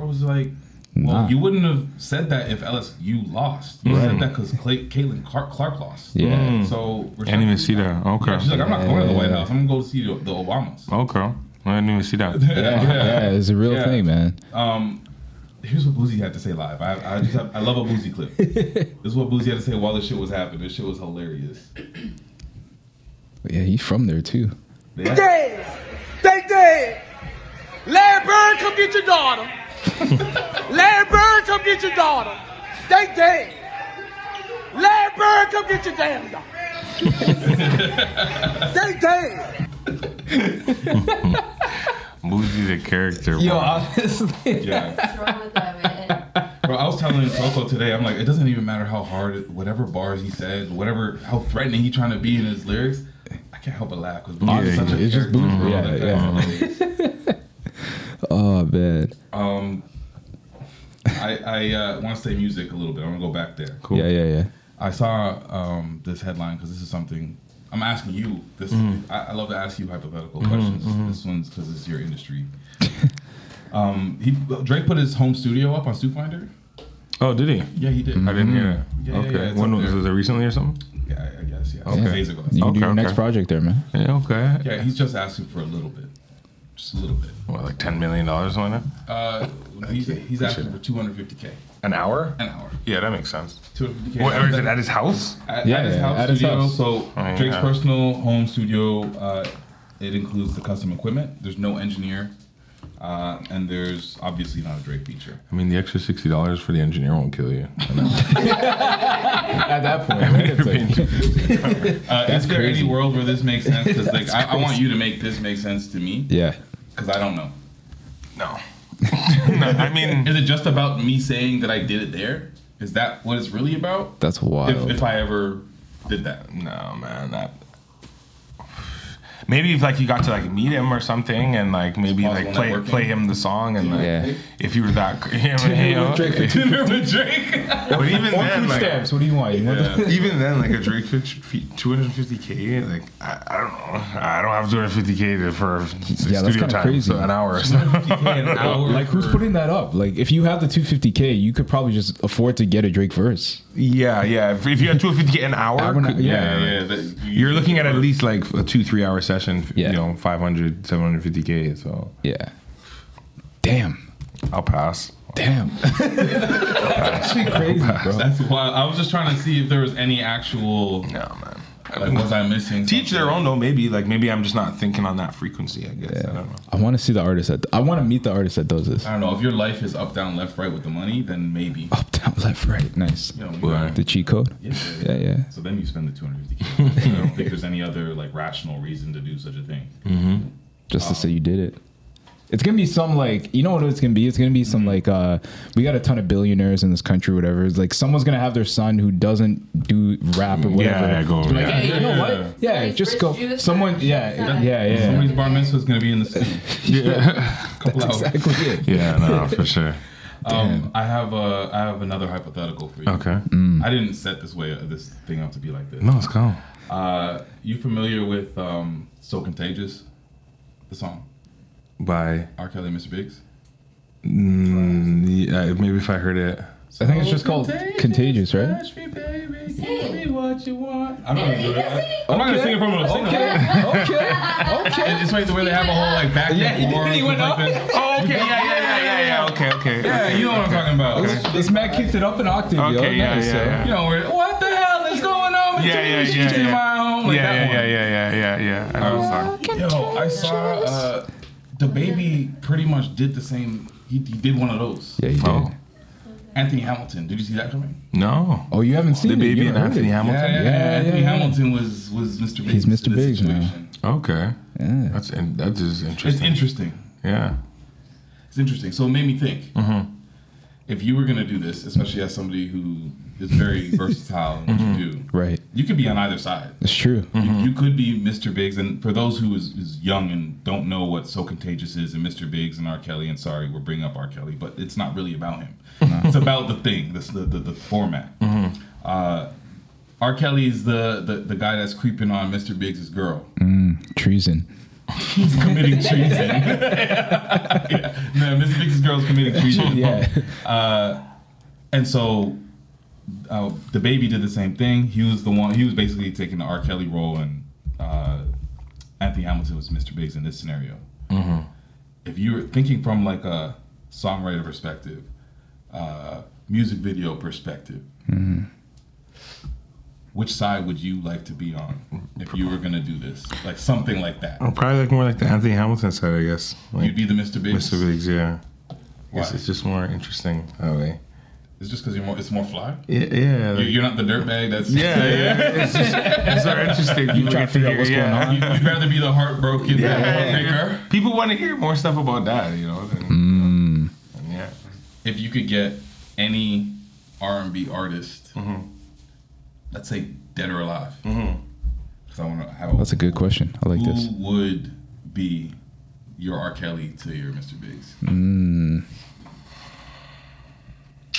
Speaker 1: I was like, well,
Speaker 2: Nah. Mm.
Speaker 1: you wouldn't have said that if LSU lost. You said that because Caitlin Clark, Clark lost.
Speaker 2: Yeah.
Speaker 1: So we're
Speaker 4: Mm. didn't even see that. Okay.
Speaker 1: She's like, I'm not going to the White
Speaker 2: Yeah.
Speaker 1: House. I'm gonna go see the, the Obamas.
Speaker 4: okay. I didn't even see that.
Speaker 2: Yeah, yeah, it's a real
Speaker 1: Yeah.
Speaker 2: thing, man.
Speaker 1: Um, here's what Boozy had to say live. I, I just have, I love a Boozy clip. this is what Boozy had to say while this shit was happening. This shit was hilarious.
Speaker 2: Yeah, he's from there too.
Speaker 1: They-
Speaker 6: dead. They dead. Larry Bird, come get your daughter. Larry Bird, come get your daughter. They dead. Larry Bird, come get your damn daughter. they dead.
Speaker 4: Boozy's a character. bro.
Speaker 2: honestly,
Speaker 1: yeah.
Speaker 5: What's wrong with that, man?
Speaker 1: Bro, I was telling Coco today, I'm like, it doesn't even matter how hard, whatever bars he said, whatever, how threatening he trying to be in his lyrics, I can't help but laugh because
Speaker 2: Yeah,
Speaker 1: such a
Speaker 2: it's just
Speaker 1: character, Um,
Speaker 2: Boozy.
Speaker 1: bro.
Speaker 2: Yeah,
Speaker 1: Like,
Speaker 2: yeah.
Speaker 1: that's hilarious.
Speaker 2: oh man,
Speaker 1: Um, I, I uh, want to say music a little bit. I'm going to go back there.
Speaker 2: yeah, yeah, yeah.
Speaker 1: I saw um, this headline because this is something I'm asking you. This
Speaker 2: Mm-hmm.
Speaker 1: I, I love to ask you hypothetical questions. This one's because it's your industry. um, he Drake put his home studio up on SuitFinder.
Speaker 4: Oh, did he?
Speaker 1: Yeah, he did.
Speaker 4: I didn't hear that.
Speaker 2: Mm-hmm.
Speaker 1: Yeah, yeah,
Speaker 4: okay.
Speaker 1: yeah, it's
Speaker 4: when
Speaker 1: up
Speaker 4: was,
Speaker 1: there.
Speaker 4: was it recently or something?
Speaker 1: Yeah, I, I guess. yes, yes.
Speaker 4: Okay.
Speaker 1: Days ago.
Speaker 2: You can do
Speaker 4: Okay,
Speaker 2: your next
Speaker 4: okay.
Speaker 2: project there, man.
Speaker 4: Yeah, okay.
Speaker 1: Yeah, he's just asking for a little bit, just a little bit.
Speaker 4: What, like ten million dollars on it?
Speaker 1: Uh, he's, he's asking for 250k
Speaker 4: An hour?
Speaker 1: an hour.
Speaker 4: Yeah, that makes sense.
Speaker 1: 250k.
Speaker 4: What, or is it at his house?
Speaker 1: At,
Speaker 2: Yeah,
Speaker 1: at his
Speaker 2: yeah,
Speaker 1: house
Speaker 2: at his
Speaker 1: studio.
Speaker 2: house.
Speaker 1: So
Speaker 4: Oh,
Speaker 1: Drake's
Speaker 4: yeah.
Speaker 1: personal home studio. Uh, it includes the custom equipment. There's no engineer, uh, and there's obviously not a Drake feature.
Speaker 4: I mean, the extra sixty dollars for the engineer won't kill you.
Speaker 2: At that point, right? It's like-
Speaker 1: Uh, is there
Speaker 2: crazy.
Speaker 1: any world where this makes sense? Because like I, I want you to make this make sense to me.
Speaker 2: yeah.
Speaker 1: Because I don't know.
Speaker 4: no. no. I mean,
Speaker 1: Is it just about me saying that I did it there? Is that what it's really about?
Speaker 2: That's wild.
Speaker 1: If, if I ever did that.
Speaker 4: no, man. That. Maybe if like you got to like meet him or something, and like maybe
Speaker 1: Possible
Speaker 4: like play
Speaker 1: networking.
Speaker 4: play him the song, and like
Speaker 2: Yeah.
Speaker 4: if you were that, you know,
Speaker 1: Dinner with Drake.
Speaker 4: but even
Speaker 2: Or
Speaker 4: then,
Speaker 2: food
Speaker 4: like,
Speaker 2: stamps. What do you want? You want the-
Speaker 4: even then, like a Drake two hundred fifty k, like I, I don't know, I don't have two hundred fifty k
Speaker 2: Yeah,
Speaker 4: for
Speaker 2: that's
Speaker 4: studio
Speaker 2: kinda
Speaker 4: time,
Speaker 2: crazy.
Speaker 4: so an hour or so.
Speaker 2: Like who's putting that up? Like if you have the 250k, you could probably just afford to get a Drake verse.
Speaker 4: yeah, yeah. If, if you had two hundred fifty k an hour,
Speaker 2: Hour and a-
Speaker 4: could-
Speaker 2: yeah,
Speaker 1: yeah, that-
Speaker 4: You're looking at at least like a two three hour session,
Speaker 2: Yeah.
Speaker 4: you know, 500, 750 k. So
Speaker 2: Yeah. Damn.
Speaker 4: I'll pass.
Speaker 2: Damn. That's actually crazy, bro.
Speaker 1: That's why I was just trying to see if there was any actual.
Speaker 4: No man.
Speaker 1: Like, was I missing?
Speaker 4: Teach
Speaker 1: something?
Speaker 4: their own though. Maybe like maybe I'm just not thinking on that frequency. I guess I don't know.
Speaker 2: I want to see the artist that I want to meet the artist that does this.
Speaker 1: I don't know. If your life is up, down, left, right with the money, then maybe.
Speaker 2: Up, down, left, right. Nice.
Speaker 1: You know,
Speaker 4: Right.
Speaker 2: The cheat code.
Speaker 1: yeah,
Speaker 2: Yeah, yeah.
Speaker 1: So then you spend the 250k. I don't think there's any other like rational reason to do such a thing.
Speaker 2: just to
Speaker 4: Um,
Speaker 2: say you did it. It's gonna be some like you know what it's gonna be. It's gonna be
Speaker 4: Mm-hmm.
Speaker 2: some like uh we got a ton of billionaires in this country, whatever. It's like someone's gonna have their son who doesn't do rap or whatever.
Speaker 4: yeah, go,
Speaker 2: Be Like,
Speaker 4: yeah.
Speaker 2: hey, you know
Speaker 1: Yeah.
Speaker 2: what? Yeah,
Speaker 5: Like
Speaker 2: just
Speaker 5: Rich
Speaker 2: go.
Speaker 5: Jewish
Speaker 2: Someone,
Speaker 5: guy.
Speaker 2: yeah, yeah, yeah.
Speaker 1: Somebody's bar mitzvah is going to be in the city. Couple hours.
Speaker 2: Exactly. It.
Speaker 4: Yeah, no, for sure.
Speaker 1: Um, I have a, I have another hypothetical for you.
Speaker 4: Okay.
Speaker 2: Mm.
Speaker 1: I didn't set this way uh, this thing up to be like this.
Speaker 4: No, it's calm.
Speaker 1: Uh, you familiar with um, "So Contagious," the song
Speaker 4: By
Speaker 1: R. Kelly, Mr. Biggs?
Speaker 4: mm, yeah, maybe if I heard it.
Speaker 2: I think it's just called contagious, right?
Speaker 1: Touch me, baby, give
Speaker 5: Sing.
Speaker 1: me what you want. I'm not gonna do
Speaker 5: You can
Speaker 1: that.
Speaker 5: sing.
Speaker 1: I'm not gonna sing in front of a singer.
Speaker 2: okay, okay.
Speaker 1: It's like the way they have a whole like back and
Speaker 2: he did,
Speaker 1: forth.
Speaker 2: he went
Speaker 1: like
Speaker 2: up.
Speaker 1: that.
Speaker 4: Oh, okay, yeah, yeah, yeah, yeah, yeah. Okay, okay.
Speaker 1: Yeah, you know what I'm talking about.
Speaker 2: This, this man kicked it up an octave, yo.
Speaker 4: Okay, yeah,
Speaker 2: Nice,
Speaker 4: yeah,
Speaker 2: yo.
Speaker 4: yeah.
Speaker 1: You know, we're, what the hell is going on between
Speaker 4: Yeah, yeah,
Speaker 1: you
Speaker 4: yeah,
Speaker 1: and
Speaker 4: yeah.
Speaker 1: my home? Like
Speaker 4: yeah,
Speaker 1: that
Speaker 4: yeah,
Speaker 1: one.
Speaker 4: yeah, yeah, yeah, yeah, I know the song.
Speaker 1: Yo, I saw uh, the baby pretty much did the same. He, he did one of those.
Speaker 2: Yeah, he did.
Speaker 4: Oh.
Speaker 2: Oh,
Speaker 1: Anthony Hamilton. Did you see that coming?
Speaker 4: No.
Speaker 2: Oh, you haven't seen
Speaker 4: The
Speaker 2: it, you
Speaker 4: baby and
Speaker 2: haven't heard
Speaker 4: Anthony
Speaker 2: it.
Speaker 4: Hamilton.
Speaker 1: Yeah, yeah,
Speaker 2: Yeah,
Speaker 1: Anthony
Speaker 2: yeah, yeah.
Speaker 1: Hamilton was was Mr. Biggs.
Speaker 2: He's Mr.
Speaker 1: in this
Speaker 2: Biggs now.
Speaker 1: situation.
Speaker 4: Okay.
Speaker 2: Yeah.
Speaker 4: That's and that is
Speaker 1: It's
Speaker 4: interesting.
Speaker 1: interesting.
Speaker 4: yeah.
Speaker 1: It's interesting. So it made me think.
Speaker 2: Mm-hmm.
Speaker 1: If you were gonna do this, especially as somebody who is very versatile in what
Speaker 2: Mm-hmm.
Speaker 1: you do,
Speaker 2: Right.
Speaker 1: You could be on either side.
Speaker 2: It's true.
Speaker 4: Mm.
Speaker 1: You could be Mr. Biggs, and for those who is, is young and don't know what So Contagious is, and Mr. Biggs and R. Kelly, and sorry, we're bringing up R. Kelly, but it's not really about him. it's about the thing, this, the, the, the format.
Speaker 2: Mm-hmm.
Speaker 1: Uh, R. Kelly is the, the, the guy that's creeping on Mr. Biggs' girl.
Speaker 2: Treason.
Speaker 1: He's committing treason. yeah. No, Mr. Biggs' girl is committing treason.
Speaker 2: Yeah.
Speaker 1: And so uh, the baby did the same thing. He was the one. He was basically taking the R. Kelly role, and uh, Anthony Hamilton was Mr. Biggs in this scenario. If you were thinking from like a songwriter perspective, uh, music video perspective, which side would you like to be on if you were gonna do this? Like something like that.
Speaker 4: Oh, Probably like more like the Anthony Hamilton side, I guess. Like
Speaker 1: You'd be the Mr. Biggs.
Speaker 4: Mr. Biggs, yeah.
Speaker 1: Why?
Speaker 4: It's, it's just more interesting that way.
Speaker 1: It's just because you're more. It's more fly.
Speaker 4: Yeah, yeah.
Speaker 1: You- You're not the dirtbag. That's
Speaker 4: yeah, yeah. It's just it's so interesting. You
Speaker 2: trying to figure out what's going on.
Speaker 1: You- You'd rather be the heartbroken
Speaker 4: Yeah,
Speaker 1: than the
Speaker 4: yeah, yeah.
Speaker 1: heartbreaker.
Speaker 4: People want to hear more stuff about that, you know. Than, and yeah.
Speaker 1: if you could get any R&B artist,
Speaker 4: Mm-hmm.
Speaker 1: let's say dead or alive, because I want to have
Speaker 2: That's a good question. I like
Speaker 1: who
Speaker 2: this.
Speaker 1: would be your R. Kelly to your Mr. Biggs?
Speaker 4: Mm.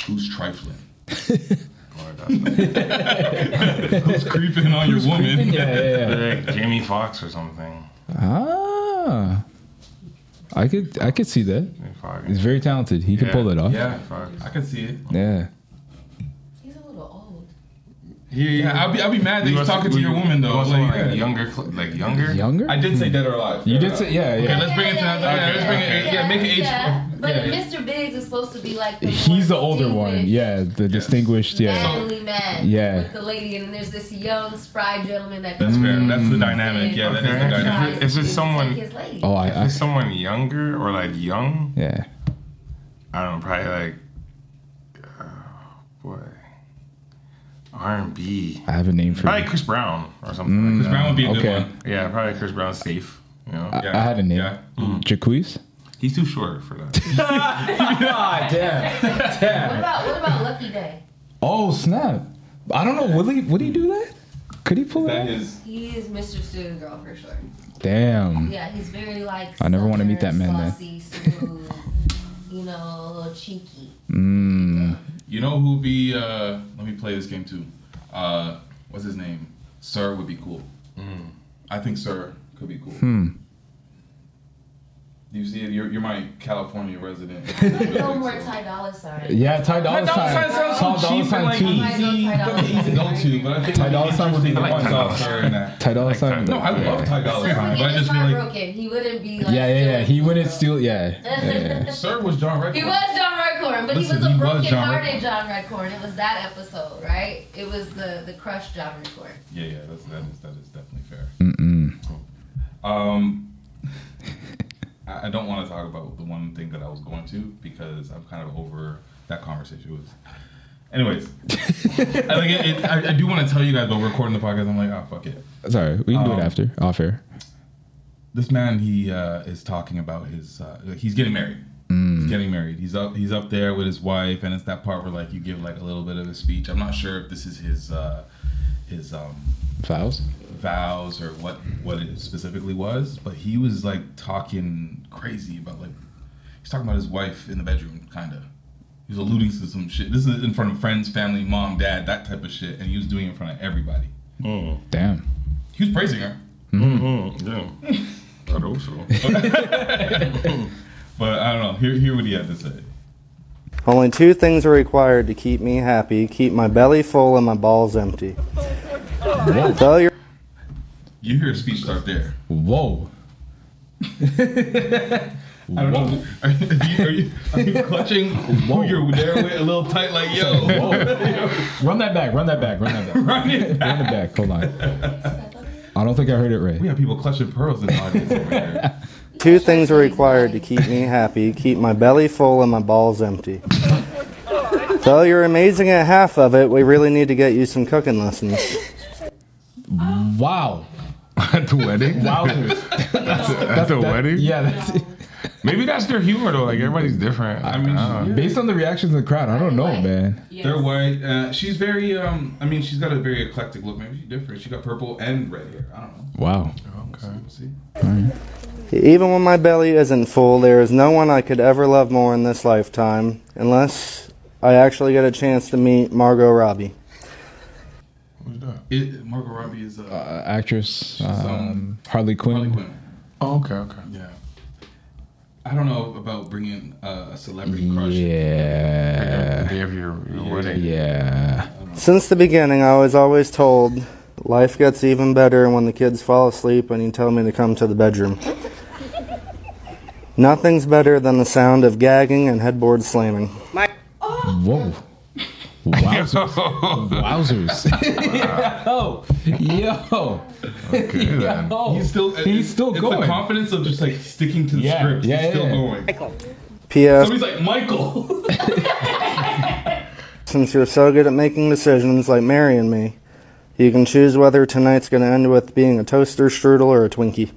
Speaker 1: Who's trifling?
Speaker 4: Or that's
Speaker 1: Who's creeping on your woman?
Speaker 2: Yeah, yeah, yeah.
Speaker 4: like Jamie Foxx or something.
Speaker 2: Ah, I could I could see that.
Speaker 4: Jamie Foxx.
Speaker 2: He's very talented. He can pull it off.
Speaker 1: Yeah,
Speaker 4: Foxx.
Speaker 1: I can see it.
Speaker 2: Yeah.
Speaker 5: He's a little old.
Speaker 1: Yeah, I'll be I'll be mad that
Speaker 4: You want
Speaker 1: he's talking to
Speaker 4: some-
Speaker 1: your woman
Speaker 4: you
Speaker 1: though.
Speaker 4: want someone,
Speaker 1: Like,
Speaker 4: like,
Speaker 1: yeah.
Speaker 4: younger, cl- like younger,
Speaker 2: Younger?
Speaker 1: I did say dead or alive.
Speaker 2: you did say, yeah,
Speaker 1: Okay,
Speaker 2: yeah.
Speaker 1: let's bring it to
Speaker 5: Yeah,
Speaker 1: that.
Speaker 5: yeah,
Speaker 1: Yeah, let's bring it. Yeah, make it age.
Speaker 5: Yeah, but
Speaker 1: yeah, yeah.
Speaker 5: Mr. Biggs is supposed to be like the
Speaker 2: He's the
Speaker 5: more
Speaker 2: older one.
Speaker 5: distinguished,
Speaker 2: Yeah, the distinguished. Yeah.
Speaker 5: manly man.
Speaker 2: Yeah.
Speaker 5: with the lady, and there's this young, spry gentleman that.
Speaker 1: That's fair. That's the
Speaker 2: Mm.
Speaker 1: dynamic. Yeah, that is
Speaker 4: Okay.
Speaker 1: the dynamic.
Speaker 5: tries
Speaker 4: Is it
Speaker 5: to
Speaker 4: someone-
Speaker 5: take his lady.
Speaker 2: Oh, I. I
Speaker 4: Is someone younger or like young?
Speaker 2: yeah.
Speaker 4: I don't know, probably like, uh, boy, R and B.
Speaker 2: I have a name for
Speaker 4: Probably
Speaker 2: you.
Speaker 4: Chris Brown or something. like that.
Speaker 1: Brown would be a
Speaker 2: Okay.
Speaker 1: good one.
Speaker 4: Yeah, probably Chris Brown safe. You know,
Speaker 1: Uh,
Speaker 2: I I had a name.
Speaker 1: Yeah.
Speaker 2: Mm. Jacquees.
Speaker 4: he's too short for that.
Speaker 5: What about what about Lucky Day?
Speaker 2: Oh snap! I don't know. Would he? Would he do that? Could he pull
Speaker 1: That
Speaker 2: that?
Speaker 1: is.
Speaker 5: He is Mr. Student Girl for sure.
Speaker 2: Damn.
Speaker 5: Yeah, he's very like.
Speaker 2: I never wanna
Speaker 5: southern,
Speaker 2: meet that man, man.
Speaker 5: Saucy, smooth, you know, a little cheeky.
Speaker 2: Mm.
Speaker 1: You know who be? Uh, let me play this game too. Uh, what's his name? Sir would be cool. Mm. I think Sir could be cool.
Speaker 2: Hmm.
Speaker 1: You see, you're, you're my California resident.
Speaker 5: No more Ty Dolla Sign.
Speaker 2: Yeah, Ty Dolla
Speaker 4: Dolla
Speaker 2: Sign.
Speaker 4: Sign sounds
Speaker 2: Ty Dolla
Speaker 4: so cheap and,
Speaker 2: Sign
Speaker 4: like,
Speaker 2: too.
Speaker 5: Might as well Ty Dolla
Speaker 1: He's a
Speaker 5: Sign.
Speaker 1: go-to, but I think
Speaker 2: Ty Dolla Sign would be the
Speaker 1: I
Speaker 2: one.
Speaker 4: Ty
Speaker 1: like
Speaker 4: Dolla
Speaker 1: Dolla Sign in that.
Speaker 2: Ty Dolla
Speaker 4: Like
Speaker 2: Sign.
Speaker 4: Ty-
Speaker 1: No, I love Ty Dolla
Speaker 5: Sir
Speaker 1: Sign,
Speaker 5: would
Speaker 1: but I
Speaker 5: get his
Speaker 1: just feel
Speaker 5: heart
Speaker 1: like
Speaker 5: broken. He wouldn't be like.
Speaker 2: Yeah, yeah, yeah. He
Speaker 5: doing-
Speaker 2: wouldn't steal. Yeah. yeah.
Speaker 1: Sir was John Record.
Speaker 5: He was John Redcorn, but
Speaker 1: Listen,
Speaker 5: he was a
Speaker 1: he was John
Speaker 5: broken-hearted John Redcorn. It was that episode, right? It was the the crushed John Redcorn.
Speaker 1: Yeah, yeah, that's, that is that is definitely fair. Um, I I don't want to talk about the one thing that I was going to because I'm kind of over that conversation. It was, anyways, I, like it, it, I, I do want to tell you guys, but we're recording the podcast. I'm like, oh fuck it.
Speaker 2: Sorry, we can do it
Speaker 1: Um,
Speaker 2: after off air.
Speaker 1: This man, he uh, is talking about his. Uh, he's getting married. He's getting married. He's up. He's up there with his wife, and it's that part where like you give like a little bit of a speech. I'm not sure if this is his uh, his um,
Speaker 2: Vows.
Speaker 1: vows or what what it specifically was, but he was like talking crazy about like he's talking about his wife in the bedroom, kind of. He was alluding to some shit. This is in front of friends, family, mom, dad, that type of shit, and he was doing it in front of everybody.
Speaker 2: Damn.
Speaker 1: He was praising her,
Speaker 4: Mm, yeah, Thought also.
Speaker 1: but I don't know. Hear hear what he had to say.
Speaker 7: Only two things are required to keep me happy keep my belly full and my balls empty. Failure.
Speaker 1: You hear a speech start there.
Speaker 2: Whoa.
Speaker 1: I don't know. Are you, are you, are you clutching who you're there with a little tight, like yo?
Speaker 2: Run that back. Run that back. Run that back.
Speaker 1: Run it back.
Speaker 2: run it back. Hold on. I don't think I heard it right.
Speaker 1: We have people clutching pearls in the audience over here.
Speaker 7: Two things are required to keep me happy keep my belly full and my balls empty. Though you're amazing at half of it, we really need to get you some cooking lessons.
Speaker 2: Wow.
Speaker 4: At the wedding?
Speaker 2: Wowzers.
Speaker 4: At the
Speaker 2: That-
Speaker 4: wedding?
Speaker 2: Yeah. That's,
Speaker 4: Maybe that's their humor though. Like everybody's different. I mean,
Speaker 2: based on the reactions in the crowd, I don't know,
Speaker 5: Right.
Speaker 2: man.
Speaker 1: They're white. Uh, she's very. Um, I mean, she's got a very eclectic look. Maybe she's different. She got purple and red hair. I don't know.
Speaker 2: Wow.
Speaker 1: We'll see.
Speaker 7: Even when my belly isn't full, there is no one I could ever love more in this lifetime, unless I actually get a chance to meet Margot Robbie.
Speaker 4: who's that?
Speaker 1: It, Margot Robbie is. Uh,
Speaker 2: Uh, actress um,
Speaker 1: um,
Speaker 2: Harley Quinn.
Speaker 1: Harley Quinn.
Speaker 4: Oh, okay, okay.
Speaker 1: Yeah. I don't know about bringing uh, a celebrity crush.
Speaker 4: The
Speaker 2: Yeah.
Speaker 4: day of your, your wedding.
Speaker 2: Yeah.
Speaker 7: Since the beginning, I was always told life gets even better when the kids fall asleep and you tell me to come to the bedroom. Nothing's better than the sound of gagging and headboard slamming.
Speaker 2: Whoa. Wowzers. Wowzers. Yo. Yo.
Speaker 4: Okay, then.
Speaker 1: He's still.
Speaker 2: He's still
Speaker 1: it's
Speaker 2: going.
Speaker 1: The confidence of just like sticking to the
Speaker 2: Yeah,
Speaker 1: script.
Speaker 2: yeah,
Speaker 1: He's still
Speaker 2: yeah.
Speaker 1: going.
Speaker 7: P.S.
Speaker 1: Somebody's like Michael.
Speaker 7: Since you're so good at making decisions like marrying me, you can choose whether tonight's going to end with being a toaster strudel or a Twinkie.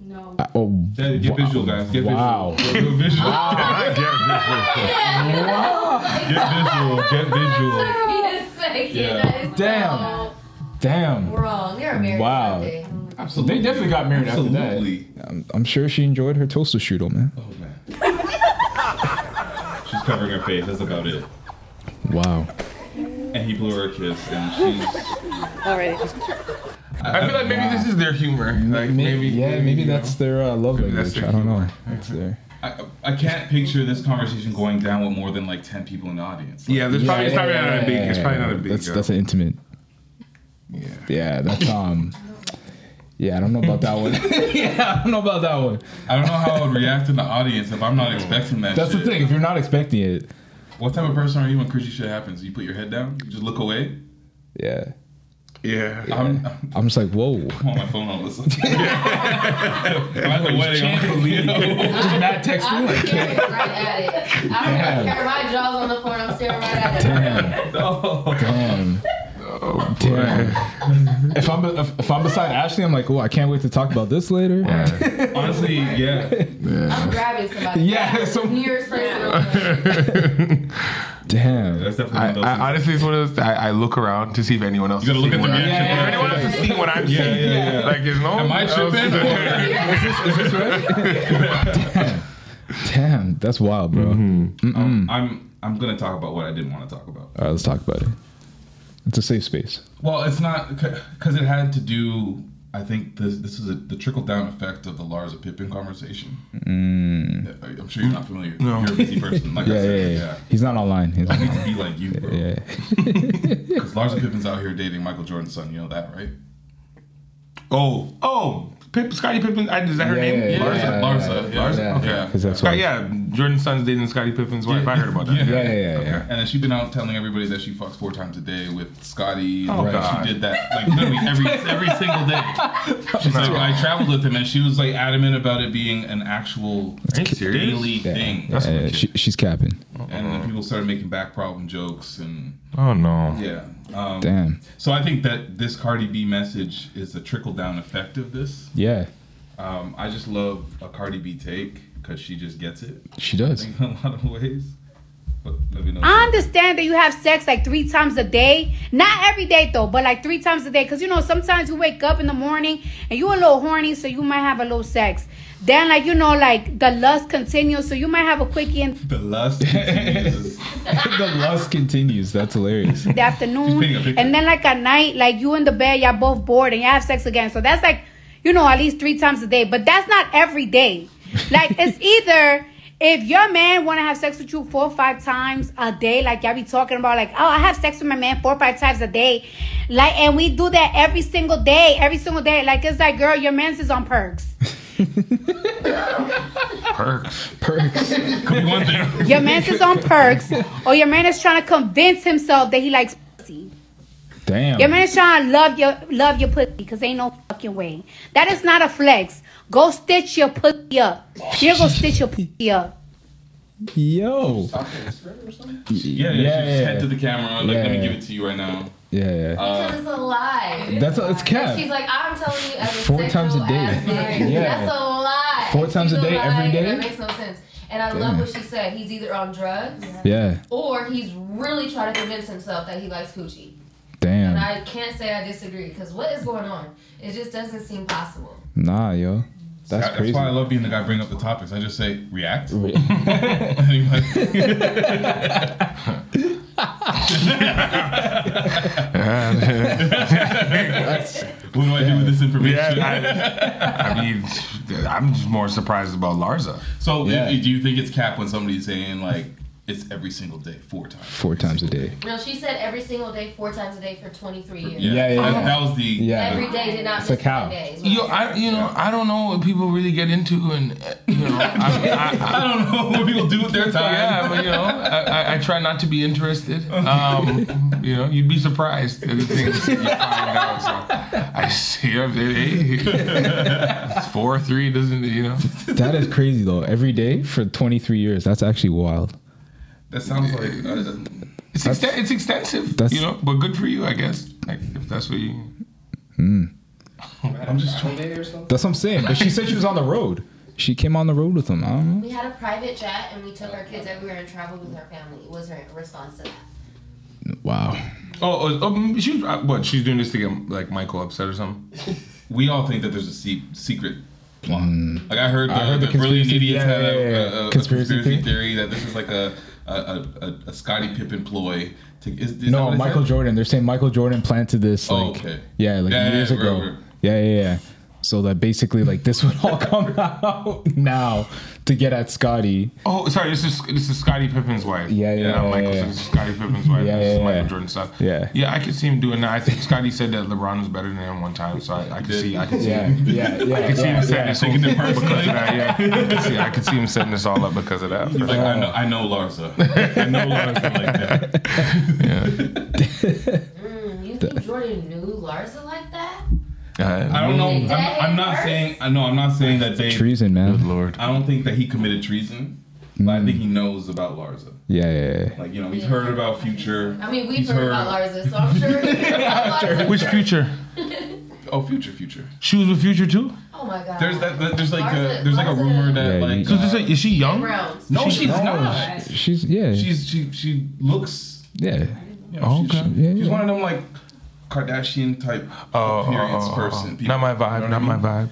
Speaker 5: No.
Speaker 2: Oh,
Speaker 1: Dad, get visual, guys. Get visual.
Speaker 2: Wow.
Speaker 1: Get visual.
Speaker 4: I get it.
Speaker 1: Get visual. Get visual.
Speaker 5: Wait a second.
Speaker 1: Yeah.
Speaker 5: That is
Speaker 2: Damn.
Speaker 5: so
Speaker 2: damn.
Speaker 5: wrong. They're married.
Speaker 2: Wow.
Speaker 5: aren't they?
Speaker 1: Absolutely.
Speaker 2: They definitely got married after that.
Speaker 1: Absolutely.
Speaker 2: I'm, I'm sure she enjoyed her toaster strudel, man.
Speaker 1: Oh man. She's covering her face. That's about it.
Speaker 2: Wow.
Speaker 1: And he blew her a kiss, and she's.
Speaker 4: I feel like maybe this is their humor. Like maybe,
Speaker 2: yeah, maybe,
Speaker 4: you know.
Speaker 2: that's their uh, love language.
Speaker 4: that's their
Speaker 2: I don't know.
Speaker 4: humor.
Speaker 2: That's their.
Speaker 1: I, I can't picture this conversation going down with more than like ten people in the audience. Like,
Speaker 4: Yeah, there's probably it's probably not a big. It's probably not a big.
Speaker 2: That's
Speaker 4: uh,
Speaker 2: that's an intimate.
Speaker 4: yeah.
Speaker 2: Yeah, that's um. Yeah, I don't know about that one. yeah, I don't know about that one.
Speaker 1: I don't know how I would react in the audience if I'm not expecting that.
Speaker 2: That's the
Speaker 1: shit.
Speaker 2: thing. If you're not expecting it,
Speaker 1: What type of person are you when crazy shit happens? You put your head down, you just look away.
Speaker 2: yeah,
Speaker 4: yeah.
Speaker 1: I'm, I'm
Speaker 2: I'm just like, whoa.
Speaker 1: on my phone all of a sudden. I'm at the wedding. I'm like, you know,
Speaker 2: Matt texted
Speaker 5: I'm staring right at it. I don't care. My jaw's on the floor. and I'm staring right at
Speaker 2: Damn.
Speaker 5: it.
Speaker 2: Damn.
Speaker 1: Oh,
Speaker 2: Damn. If I'm if, if I'm beside Ashley, I'm like, oh, I can't wait to talk about this later.
Speaker 1: honestly, yeah.
Speaker 5: I'm grabbing somebody.
Speaker 2: Yeah, so-
Speaker 5: nearest person. over.
Speaker 2: Damn.
Speaker 1: That's definitely
Speaker 4: I,
Speaker 1: one of those.
Speaker 4: I,
Speaker 1: things.
Speaker 4: honestly, it's one of those. I, I look around to see if anyone else.
Speaker 1: You gotta
Speaker 4: is
Speaker 1: look
Speaker 4: seeing
Speaker 1: at the
Speaker 4: what I'm-
Speaker 1: reaction.
Speaker 4: If anyone else is seeing what I'm seeing,
Speaker 1: yeah, yeah.
Speaker 4: like there's no.
Speaker 1: Am I
Speaker 4: else-
Speaker 1: tripping?
Speaker 2: Damn. That's wild, bro.
Speaker 1: Um, I'm I'm gonna talk about what I didn't want to talk about.
Speaker 2: All right, let's talk about it. It's a safe space.
Speaker 1: Well, it's not because it had to do. I think this this is a, the trickle down effect of the Larsa Pippen conversation. Mm. I'm sure you're not familiar.
Speaker 4: No.
Speaker 1: You're a busy person. Like
Speaker 2: Yeah,
Speaker 1: I
Speaker 2: yeah,
Speaker 1: said,
Speaker 2: yeah.
Speaker 1: yeah.
Speaker 2: He's not online. He's
Speaker 1: I
Speaker 2: not
Speaker 1: need to be like you, bro.
Speaker 2: yeah.
Speaker 1: Because Larsa Pippen's out here dating Michael Jordan's son. You know that, right?
Speaker 4: Oh, oh, Pip, Scotty Pippen. I, is that her
Speaker 2: Yeah,
Speaker 4: name?
Speaker 2: yeah,
Speaker 4: Larsa?
Speaker 2: yeah.
Speaker 1: Larsa. Larsa.
Speaker 2: yeah,
Speaker 1: okay.
Speaker 2: yeah. 'Cause that's
Speaker 4: Scott-
Speaker 2: why. Yeah,
Speaker 4: yeah, Jordan's son's dating Scottie Pippen's wife. I heard about that.
Speaker 2: yeah, yeah, yeah.
Speaker 1: And then she's been out telling everybody that she fucks four times a day with Scotty.
Speaker 4: Oh,
Speaker 1: and
Speaker 4: God.
Speaker 1: She did that like literally every every single day. She's like, I traveled with him, and she was like adamant about it being an actual
Speaker 4: Are you serious?
Speaker 1: daily thing.
Speaker 2: Yeah, yeah, she, she's capping.
Speaker 1: And then people started making back problem jokes, and
Speaker 4: Oh no.
Speaker 1: yeah. Um,
Speaker 2: Damn.
Speaker 1: so I think that this Cardi B message is a trickle down effect of this.
Speaker 2: Yeah,
Speaker 1: Um, I just love a Cardi B take because she just gets it
Speaker 2: she does.
Speaker 1: in a lot of ways. But let me know.
Speaker 8: I understand that you have sex like three times a day. Not every day though, but like three times a day. Cause you know, sometimes you wake up in the morning and you a little horny, so you might have a little sex. Then like you know, like the lust continues, so you might have a quickie in
Speaker 1: the lust continues.
Speaker 2: the lust continues. That's hilarious.
Speaker 8: the
Speaker 1: She's painting a
Speaker 8: afternoon.
Speaker 1: picture.
Speaker 8: And then like at night, like you in the bed, y'all both bored and you have sex again. So that's like, you know, at least three times a day. But that's not every day. Like it's either if your man wanna have sex with you four or five times a day, like y'all be talking about, like, oh, I have sex with my man four or five times a day. Like, and we do that every single day, every single day. Like it's like, girl, your man's is on perks.
Speaker 4: Perks.
Speaker 2: Perks.
Speaker 1: Could be one thing.
Speaker 8: Your man's is on perks, or your man is trying to convince himself that he likes pussy.
Speaker 2: Damn.
Speaker 8: Your man Sean love your love your pussy because ain't no fucking way. That is not a flex. Go stitch your pussy up. You're gonna stitch your pussy up.
Speaker 2: Yo.
Speaker 1: Yeah, yeah,
Speaker 2: Yeah,
Speaker 1: she just
Speaker 2: yeah.
Speaker 1: head to the camera. Like, let me
Speaker 2: Yeah.
Speaker 1: give it to you right now.
Speaker 2: Yeah. yeah.
Speaker 5: Because it's a lie.
Speaker 2: Uh, That's a- it's cap.
Speaker 5: She's like, I'm telling you, as a
Speaker 2: Four
Speaker 5: sexual
Speaker 2: times a day.
Speaker 5: ass man,
Speaker 2: Yeah.
Speaker 5: That's a lie.
Speaker 2: Four times a
Speaker 5: She's
Speaker 2: day, every
Speaker 5: lying,
Speaker 2: day?
Speaker 5: That makes no sense. And I
Speaker 2: Damn.
Speaker 5: love what she said. He's either on drugs
Speaker 2: yeah.
Speaker 5: or he's really trying to convince himself that he likes coochie.
Speaker 2: Damn.
Speaker 5: And I can't say I disagree because what is going on? It just doesn't seem possible.
Speaker 2: Nah, yo. That's
Speaker 1: That's
Speaker 2: crazy.
Speaker 1: why I love being the guy bringing up the topics. I just say react. And he's like,
Speaker 4: Uh,
Speaker 1: what do I do with this information?
Speaker 4: Yeah. I, I mean, I'm just more surprised about Larza.
Speaker 1: so,
Speaker 2: Yeah.
Speaker 1: i- do you think it's cap when somebody's saying like it's every single day, four times?
Speaker 2: Four times a day.
Speaker 5: No, she said every single day, four times a day for 23 years.
Speaker 2: Yeah, yeah,
Speaker 1: That-
Speaker 2: yeah.
Speaker 1: That was the
Speaker 2: Yeah.
Speaker 5: Every day did not
Speaker 2: a
Speaker 5: miss
Speaker 2: cow.
Speaker 5: one day. is what
Speaker 4: Yo,
Speaker 5: I'm
Speaker 4: I you know I don't know what people really get into, and uh, you know I, I, I,
Speaker 1: I don't know what people do with their time.
Speaker 4: yeah, but you know I, I, I try not to be interested. Um, you know, you'd be surprised at the things you find out. So I see up there, hey, it's four or three doesn't you know?
Speaker 2: That is crazy though. Every day for 23 years. That's actually wild.
Speaker 1: That sounds like uh,
Speaker 4: It's exten- it's extensive,
Speaker 2: that's-
Speaker 4: you know, but good for you, I guess. Like if that's what you.
Speaker 1: I'm just trying.
Speaker 2: That's what I'm saying. But she said she was on the road. She came on the road with him. I don't know.
Speaker 5: We had a private jet and we took our kids everywhere and traveled with our family. Was her response to that?
Speaker 2: Wow.
Speaker 4: Oh, oh, um, she was uh, what? She's doing this to get like Michael upset or something.
Speaker 1: We all think that there's a se- secret plot. Like I heard, the,
Speaker 2: heard
Speaker 1: the,
Speaker 2: the
Speaker 1: brilliant
Speaker 2: conspiracy- yeah,
Speaker 1: idiots had a,
Speaker 2: yeah, yeah,
Speaker 1: uh, a- a- a
Speaker 2: conspiracy
Speaker 1: conspiracy,
Speaker 2: theory?
Speaker 1: theory? that this is like a a, a, a, a Scotty Pippen ploy. To, is, is that
Speaker 2: No,
Speaker 1: what it
Speaker 2: Michael
Speaker 1: said?
Speaker 2: Jordan. They're saying Michael Jordan planted this
Speaker 1: Oh,
Speaker 2: like
Speaker 1: okay.
Speaker 2: yeah, like
Speaker 1: Yeah, yeah,
Speaker 2: years
Speaker 1: yeah,
Speaker 2: ago.
Speaker 1: right, right.
Speaker 2: Yeah, yeah, yeah. So that basically, like this would all come out now to get at Scotty.
Speaker 4: Oh, sorry. This is this is Scottie Pippen's wife.
Speaker 2: Yeah, yeah,
Speaker 4: Not
Speaker 2: yeah, yeah,
Speaker 4: Michael. So
Speaker 2: yeah.
Speaker 4: this is Scottie Pippen's wife.
Speaker 2: Yeah,
Speaker 4: this is
Speaker 2: yeah,
Speaker 4: Michael
Speaker 2: yeah.
Speaker 4: Jordan stuff.
Speaker 2: Yeah.
Speaker 4: yeah. I could see him doing that. I think Scotty said that LeBron was better than him one time, so I, I could see. I could see.
Speaker 2: Yeah, yeah, yeah.
Speaker 4: I could see
Speaker 2: yeah,
Speaker 4: him setting
Speaker 2: yeah.
Speaker 4: this all up because of that. Yeah, I could see, I could see him setting this all up because of that. for
Speaker 1: He's like,
Speaker 4: sure.
Speaker 1: I know, I know Larsa. I know Larsa like that.
Speaker 5: Mm, you think Jordan knew Larsa like that?
Speaker 1: I don't know. I'm,
Speaker 5: Did they
Speaker 1: I'm not
Speaker 5: first?
Speaker 1: saying. I know. I'm not saying that they.
Speaker 2: Treason, man.
Speaker 4: Lord.
Speaker 1: I don't think that he committed treason. But I
Speaker 2: Mm.
Speaker 1: think he knows about Larsa.
Speaker 2: Yeah, yeah, yeah.
Speaker 1: Like you know, he's heard about Future.
Speaker 5: I mean, we've
Speaker 1: He's heard-
Speaker 5: heard, about Larsa, so I'm sure. he knew about Larsa.
Speaker 4: Which future?
Speaker 1: Oh, Future, Future.
Speaker 4: She was with Future too.
Speaker 5: Oh my god.
Speaker 1: There's that. that- There's like
Speaker 5: Larsa-
Speaker 1: a. There's like a
Speaker 5: Larsa-
Speaker 1: rumor that
Speaker 2: Yeah,
Speaker 1: like.
Speaker 2: you-
Speaker 4: So this is she young?
Speaker 5: Realms.
Speaker 1: no, she's not.
Speaker 2: She's yeah,
Speaker 1: She's she she looks.
Speaker 2: yeah,
Speaker 1: You know, she's-
Speaker 4: Oh, Okay.
Speaker 1: she-
Speaker 2: Yeah,
Speaker 1: She's
Speaker 2: yeah.
Speaker 1: one of them like Kardashian type
Speaker 4: Oh, oh,
Speaker 1: appearance
Speaker 4: oh, oh.
Speaker 1: person. people.
Speaker 4: Not my
Speaker 1: You know
Speaker 4: vibe.
Speaker 1: what I
Speaker 4: Not my
Speaker 1: mean?
Speaker 4: vibe.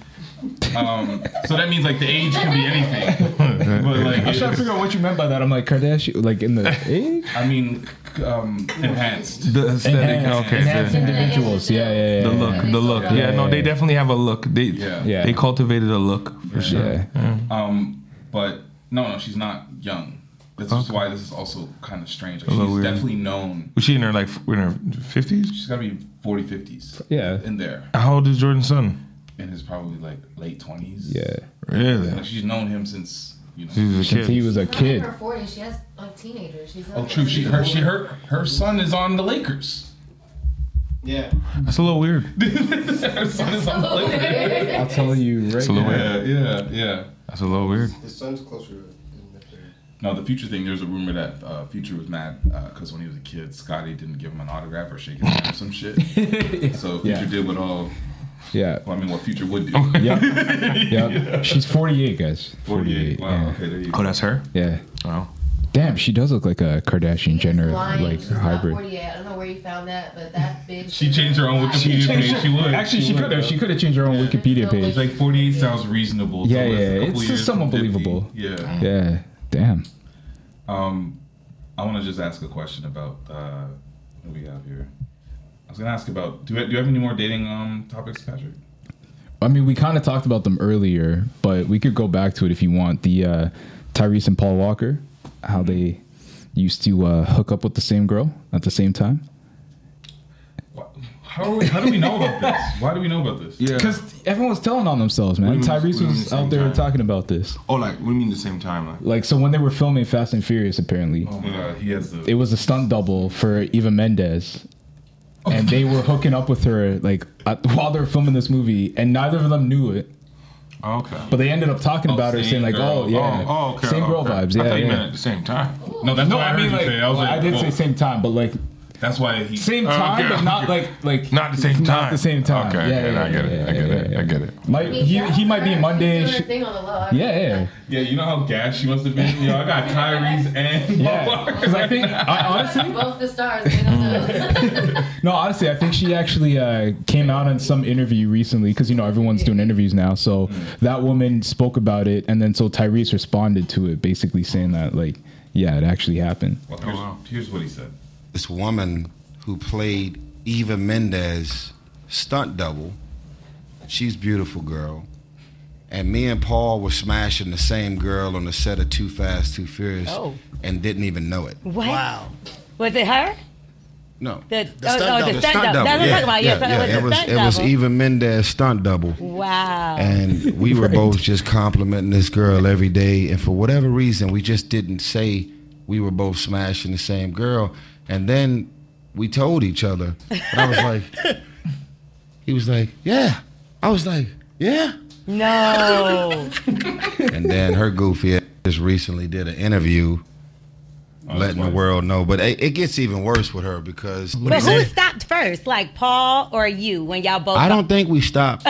Speaker 1: Um, so that means like the age can be anything. But like,
Speaker 2: I'm trying to figure out what you meant by that. I'm like Kardashian, like in the age,
Speaker 1: I mean, um, enhanced.
Speaker 4: The aesthetic.
Speaker 2: Enhanced-
Speaker 4: Okay.
Speaker 2: enhanced
Speaker 4: the-
Speaker 2: individuals. Yeah, yeah, yeah.
Speaker 4: The
Speaker 2: yeah.
Speaker 4: look, the look. Yeah,
Speaker 5: Yeah,
Speaker 4: no,
Speaker 2: yeah,
Speaker 4: they
Speaker 2: yeah.
Speaker 4: definitely have a look. They
Speaker 1: Yeah.
Speaker 2: Yeah.
Speaker 4: they cultivated a look for sure.
Speaker 2: Yeah.
Speaker 1: Um, but no, no, she's not young. This is why this is also kind of strange. Like, she's
Speaker 4: little weird.
Speaker 1: definitely known.
Speaker 4: Was she in her like f- in her fifties?
Speaker 1: She's got to be 40, 50s.
Speaker 2: Yeah.
Speaker 1: In there.
Speaker 4: How old is Jordan's son?
Speaker 1: And it's probably like late 20s.
Speaker 2: yeah.
Speaker 1: Like,
Speaker 4: Really?
Speaker 1: she's known him since, you know.
Speaker 4: He's a
Speaker 2: Since he
Speaker 4: kid.
Speaker 2: was a
Speaker 5: She's not in
Speaker 2: kid.
Speaker 5: her 40s. She has like teenagers. She's
Speaker 1: Oh, true. She her she her her son is on the Lakers.
Speaker 7: Yeah.
Speaker 4: That's a little weird.
Speaker 1: her son is on the Lakers.
Speaker 5: Absolutely.
Speaker 2: I'll tell you right.
Speaker 4: That's a little weird.
Speaker 1: Yeah, yeah, yeah.
Speaker 4: That's a little weird.
Speaker 7: His son's closer to
Speaker 1: No, the future thing. There's a rumor that uh, Future was mad because when he was a kid, Scotty didn't give him an autograph or shake his hand or some shit. So Future
Speaker 2: Yeah.
Speaker 1: did what all.
Speaker 2: Yeah.
Speaker 1: Well, I mean, what Future would do.
Speaker 2: Yeah. yeah. She's 48, guys.
Speaker 1: 48. Wow.
Speaker 2: Yeah.
Speaker 1: Okay, there you
Speaker 4: Oh,
Speaker 1: go.
Speaker 4: that's her.
Speaker 2: Yeah.
Speaker 4: Oh,
Speaker 2: Damn, she does look like a Kardashian Jenner
Speaker 5: Lying.
Speaker 2: like
Speaker 5: She's not
Speaker 2: hybrid.
Speaker 5: 48. I don't know where you found that, but that bitch.
Speaker 1: She changed her own Wikipedia page. She would.
Speaker 2: Actually, she could have. She could have changed her own Wikipedia
Speaker 1: It's
Speaker 2: page.
Speaker 1: like 48 sounds reasonable.
Speaker 2: Yeah,
Speaker 1: it's a
Speaker 2: yeah,
Speaker 1: couple
Speaker 2: it's just
Speaker 1: years
Speaker 2: somewhat
Speaker 1: from 50.
Speaker 2: believable.
Speaker 1: Yeah.
Speaker 2: Yeah. Damn.
Speaker 1: Um, I want to just ask a question about uh, what we have here. I was gonna ask about do you, do you have any more dating um topics, Patrick?
Speaker 2: I mean, we kind of talked about them earlier, but we could go back to it if you want. The uh, Tyrese and Paul Walker, how they used to uh, hook up with the same girl at the same time.
Speaker 1: Wha- How, are we, how do we know about this? Why do we know about this?
Speaker 4: yeah.
Speaker 2: Because everyone's telling on themselves, man.
Speaker 4: Women-
Speaker 2: Tyrese
Speaker 4: women
Speaker 2: was
Speaker 4: same
Speaker 2: out there
Speaker 4: time.
Speaker 2: talking about this.
Speaker 4: Oh, like we mean the same time. Like
Speaker 2: Like, so when they were filming Fast and Furious, apparently,
Speaker 1: Oh my god, he has the.
Speaker 2: it was a stunt double for Eva Mendes, and they were hooking up with her like at, while they're filming this movie, and neither of them knew it.
Speaker 4: okay.
Speaker 2: But they ended up talking
Speaker 1: Oh,
Speaker 2: about her,
Speaker 1: same
Speaker 2: saying like,
Speaker 1: girl.
Speaker 2: "Oh yeah,
Speaker 4: Oh, oh, okay.
Speaker 2: same girl
Speaker 4: okay.
Speaker 2: vibes."
Speaker 4: I
Speaker 2: Yeah,
Speaker 4: thought you
Speaker 2: yeah.
Speaker 4: meant at the same time.
Speaker 1: no, that's
Speaker 2: No,
Speaker 1: what I,
Speaker 2: I mean
Speaker 1: heard
Speaker 2: like,
Speaker 1: you say. I was
Speaker 2: well,
Speaker 1: like,
Speaker 2: I did
Speaker 1: whoa.
Speaker 2: say same time, but like
Speaker 1: That's why he.
Speaker 2: same
Speaker 4: Okay,
Speaker 2: time, but not
Speaker 4: okay.
Speaker 2: like like
Speaker 4: Not at the same
Speaker 2: not
Speaker 4: time.
Speaker 2: the same time.
Speaker 4: Okay,
Speaker 2: Yeah,
Speaker 4: okay,
Speaker 2: yeah,
Speaker 4: I get
Speaker 2: yeah,
Speaker 4: it. I get
Speaker 2: yeah,
Speaker 4: it.
Speaker 2: yeah.
Speaker 4: I get it.
Speaker 2: Might, he he might be Monday.
Speaker 5: She's
Speaker 2: Sh-
Speaker 5: doing her thing on the low. I
Speaker 2: yeah,
Speaker 5: mean,
Speaker 2: yeah.
Speaker 1: Yeah, you know how gas she must have been. Yo, I got Tyrese and
Speaker 2: Yeah, because I think I, honestly,
Speaker 5: Both the stars. They don't know.
Speaker 2: no, honestly, I think she actually uh, came out in some interview recently because you know everyone's doing interviews now. So that woman spoke about it, and then so Tyrese responded to it, basically saying that like, yeah, it actually happened.
Speaker 4: Oh,
Speaker 1: Well, here's, here's what he said.
Speaker 9: this woman who played Eva Mendez stunt double. She's a beautiful girl. And me and Paul were smashing the same girl on the set of Too Fast, Too Furious
Speaker 10: Oh.
Speaker 9: and didn't even know it.
Speaker 10: What? Was it her?
Speaker 9: No.
Speaker 10: The, oh, oh, the stunt double. That's what I'm
Speaker 9: Yeah,
Speaker 10: talking about. Yes,
Speaker 9: yeah,
Speaker 10: it was
Speaker 9: yeah.
Speaker 10: the stunt
Speaker 9: it was E-
Speaker 10: double.
Speaker 9: Eva Mendez stunt double.
Speaker 10: wow.
Speaker 9: And we were both just complimenting this girl every day. And for whatever reason, we just didn't say we were both smashing the same girl. And then we told each other. And I was like, he was like, yeah. I was like, yeah.
Speaker 10: no.
Speaker 9: And then her goofy ass just recently did an interview letting the world know. But it, it gets even worse with her because
Speaker 10: but who stopped first? Like Paul or you when y'all both
Speaker 9: I don't think we stopped.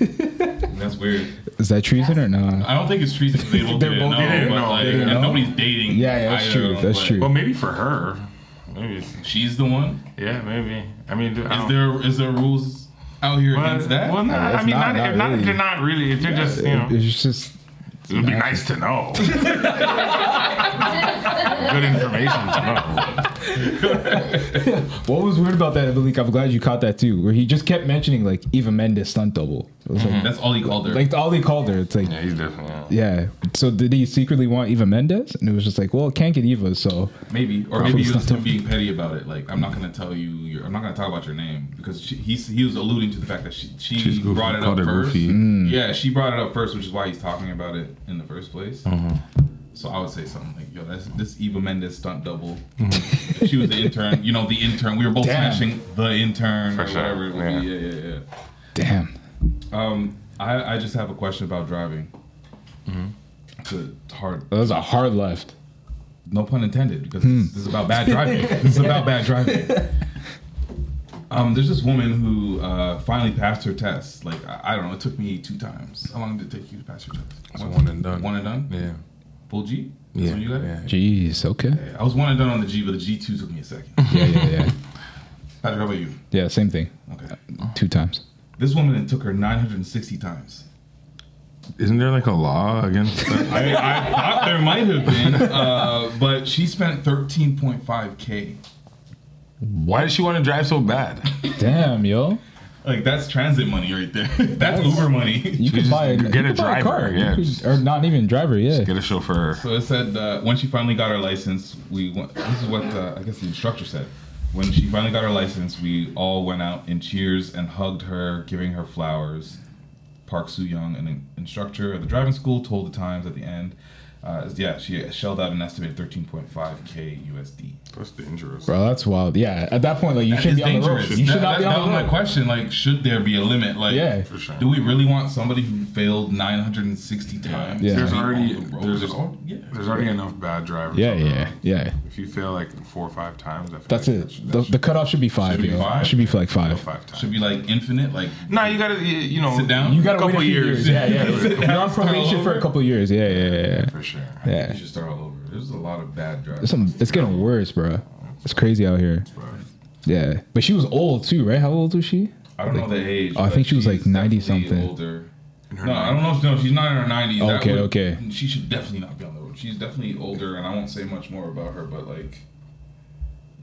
Speaker 1: And that's weird.
Speaker 2: Is that treason or not?
Speaker 1: I don't think it's treason. 'cause They both
Speaker 2: They're
Speaker 1: didn't
Speaker 2: both-
Speaker 1: know,
Speaker 2: they
Speaker 4: didn't
Speaker 1: but
Speaker 4: know,
Speaker 1: like,
Speaker 4: they
Speaker 2: didn't
Speaker 1: and
Speaker 2: know.
Speaker 1: nobody's dating.
Speaker 2: Yeah, yeah, that's
Speaker 1: either
Speaker 2: true,
Speaker 1: of them,
Speaker 2: that's
Speaker 1: but
Speaker 2: true.
Speaker 4: Well, maybe for her. Maybe. it's-
Speaker 1: She's the one.
Speaker 4: Yeah, maybe. I mean, I
Speaker 1: Is
Speaker 4: don't-
Speaker 1: there is there rules out here
Speaker 4: Well,
Speaker 1: against that?
Speaker 4: well, no, I
Speaker 2: it's
Speaker 4: mean,
Speaker 2: not-
Speaker 4: not,
Speaker 2: not
Speaker 4: if not,
Speaker 2: really.
Speaker 4: if they're not really. If they're just, you know,
Speaker 2: It's just
Speaker 4: it would be nice to know. Good information to know.
Speaker 2: What was weird about that, Malik? I'm glad you caught that too. Where he just kept mentioning like Eva Mendes stunt double. It was like,
Speaker 1: That's all he called her.
Speaker 2: like all he called her. It's like
Speaker 4: Yeah, he's different. Yeah.
Speaker 2: yeah. So did he secretly want Eva Mendes? And it was just like, well, can't get Eva, so
Speaker 1: Maybe, or maybe it was
Speaker 2: Probably.
Speaker 1: him being petty about it. Like, I'm not gonna tell you. Your, I'm not gonna talk about your name because she, he's, he was alluding to the fact that she,
Speaker 4: She's
Speaker 1: she
Speaker 4: goofy.
Speaker 1: brought it up
Speaker 4: Called her
Speaker 1: first.
Speaker 4: goofy. Mm.
Speaker 1: Yeah, she brought it up first, which is why he's talking about it in the first place.
Speaker 4: Uh-huh.
Speaker 1: So I would say something like, "Yo, that's this Eva Mendes stunt double.
Speaker 4: Mm-hmm.
Speaker 1: she was the intern. You know, the intern. We were both
Speaker 2: Damn.
Speaker 1: smashing the intern
Speaker 4: For
Speaker 1: or
Speaker 4: sure,
Speaker 1: whatever. It would Be. yeah, yeah, yeah."
Speaker 2: damn.
Speaker 1: Um, I, I just have a question about driving.
Speaker 4: Mm-hmm.
Speaker 1: Good, It's hard.
Speaker 2: That was a hard left.
Speaker 1: No pun intended, because this is about bad driving. this is about bad driving. Um, there's this woman who uh, finally passed her test. Like I, I don't know, it took me two times. How long did it take you to pass your test?
Speaker 4: It's one and done.
Speaker 1: One and done.
Speaker 4: Yeah.
Speaker 1: Full G. That's
Speaker 4: Yeah.
Speaker 1: when you got it?
Speaker 4: yeah.
Speaker 2: Jeez, okay.
Speaker 1: Yeah, I was one and done on the G, but the G two took me a second.
Speaker 2: Yeah, yeah, yeah.
Speaker 1: Patrick, how about you?
Speaker 2: Yeah, same thing.
Speaker 1: Okay.
Speaker 2: Two times.
Speaker 1: This woman it took her 960 times.
Speaker 4: Isn't there like a law against that?
Speaker 1: I mean, I thought there might have been, uh, but she spent 13.5k.
Speaker 4: Why does she want to drive so bad?
Speaker 2: Damn, yo.
Speaker 1: Like that's transit money right there. that's Uber money.
Speaker 2: You could
Speaker 4: just-
Speaker 2: buy a,
Speaker 4: you could get
Speaker 2: you
Speaker 4: a
Speaker 2: could buy
Speaker 4: driver,
Speaker 2: car. You
Speaker 4: yeah.
Speaker 2: could- or not even driver, yeah.
Speaker 4: Get a chauffeur.
Speaker 1: So it said uh, when she finally got her license, we went. This is what uh, I guess the instructor said. When she finally got her license, we all went out in cheers and hugged her, giving her flowers. Park Soo Young, an instructor at the driving school, told the Times at the end. Uh, yeah, she shelled out an estimated 13.5k USD.
Speaker 4: That's dangerous.
Speaker 2: Bro, that's wild. Yeah, at that point, like you
Speaker 1: That
Speaker 2: shouldn't
Speaker 1: is
Speaker 2: be on the road.
Speaker 1: dangerous.
Speaker 2: You should
Speaker 1: That-
Speaker 2: not
Speaker 1: that-
Speaker 2: be
Speaker 1: that
Speaker 2: on the road.
Speaker 1: was my question. Like, should there be a limit? Like,
Speaker 2: Yeah.
Speaker 4: For sure.
Speaker 1: do we really want somebody who failed 960 times?
Speaker 2: Yeah.
Speaker 1: to
Speaker 4: There's
Speaker 1: be
Speaker 4: already
Speaker 1: on the road?
Speaker 4: there's,
Speaker 1: Oh, yeah.
Speaker 4: there's already enough bad drivers.
Speaker 2: Yeah,
Speaker 4: on the
Speaker 2: yeah,
Speaker 4: road.
Speaker 2: yeah.
Speaker 4: If you fail like four or five times, I feel
Speaker 2: That's
Speaker 4: like
Speaker 2: it.
Speaker 4: that should- that
Speaker 2: the,
Speaker 4: should
Speaker 2: the cutoff should be five.
Speaker 1: should be
Speaker 2: yo.
Speaker 1: five.
Speaker 2: It should be like
Speaker 4: go
Speaker 2: five.
Speaker 4: five times.
Speaker 1: Should be like infinite, like
Speaker 4: Nah, you gotta you, you know
Speaker 1: Sit down?
Speaker 2: You gotta wait a
Speaker 4: couple
Speaker 2: few years. Yeah, yeah.
Speaker 1: Yeah.
Speaker 2: You're on probation for a couple years. Yeah, yeah, yeah, yeah.
Speaker 4: for sure.
Speaker 2: Yeah.
Speaker 1: you should start all over. There's a lot of bad
Speaker 2: It's,
Speaker 1: drivers.
Speaker 2: some, it's getting worse, bro. It's crazy out here. Yeah, but she was old too, right? How old was she?
Speaker 1: I don't know the age.
Speaker 2: Oh, I
Speaker 1: but
Speaker 2: think she was, like,
Speaker 1: she's
Speaker 2: 90
Speaker 1: definitely
Speaker 2: something.
Speaker 1: Older. No, I don't know. If, no, she's not in her 90s. That
Speaker 2: Okay, okay.
Speaker 1: She should definitely not be on the road. She's definitely older, and I won't say much more about her, but like,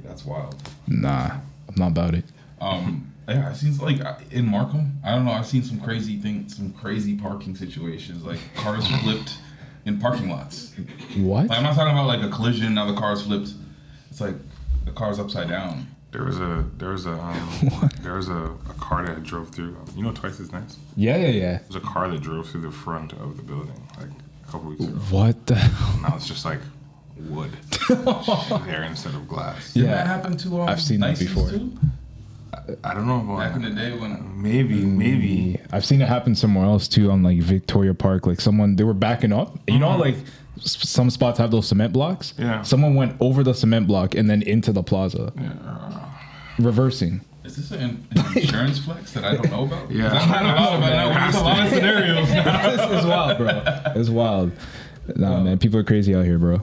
Speaker 1: yeah, that's wild.
Speaker 2: Nah, I'm not about it.
Speaker 1: Um, yeah, I've seen like I- in Markham. I don't know. I've seen some crazy things, some crazy parking situations, like cars flipped in parking lots.
Speaker 2: What?
Speaker 1: Like, I'm not talking about like a collision. Now the car's flipped. It's like the car's upside down.
Speaker 4: There was a there was a um, there was a, a car that drove through. Um, You know, twice as nice.
Speaker 2: Yeah, yeah, yeah.
Speaker 4: There's a car that drove through the front of the building like a couple weeks ago.
Speaker 2: What the?
Speaker 4: Now it's just like wood there instead of glass.
Speaker 1: Did
Speaker 2: Yeah.
Speaker 1: that happen to um,
Speaker 2: I've seen that
Speaker 1: Nices,
Speaker 2: before.
Speaker 1: too?
Speaker 4: I don't know. About
Speaker 1: Back in the day when
Speaker 4: Maybe, maybe.
Speaker 2: I've seen it happen somewhere else too, on like Victoria Park. Like someone, they were backing up. You know, like s- some spots have those cement blocks.
Speaker 4: Yeah.
Speaker 2: Someone went over the cement block and then into the plaza, reversing.
Speaker 1: is this an, an insurance flex that I don't know about?
Speaker 4: Yeah.
Speaker 1: 'Cause I'm not allowed about now. There's a lot of scenarios now.
Speaker 2: this is wild, bro. It's wild. Nah, man, people are crazy out here, bro.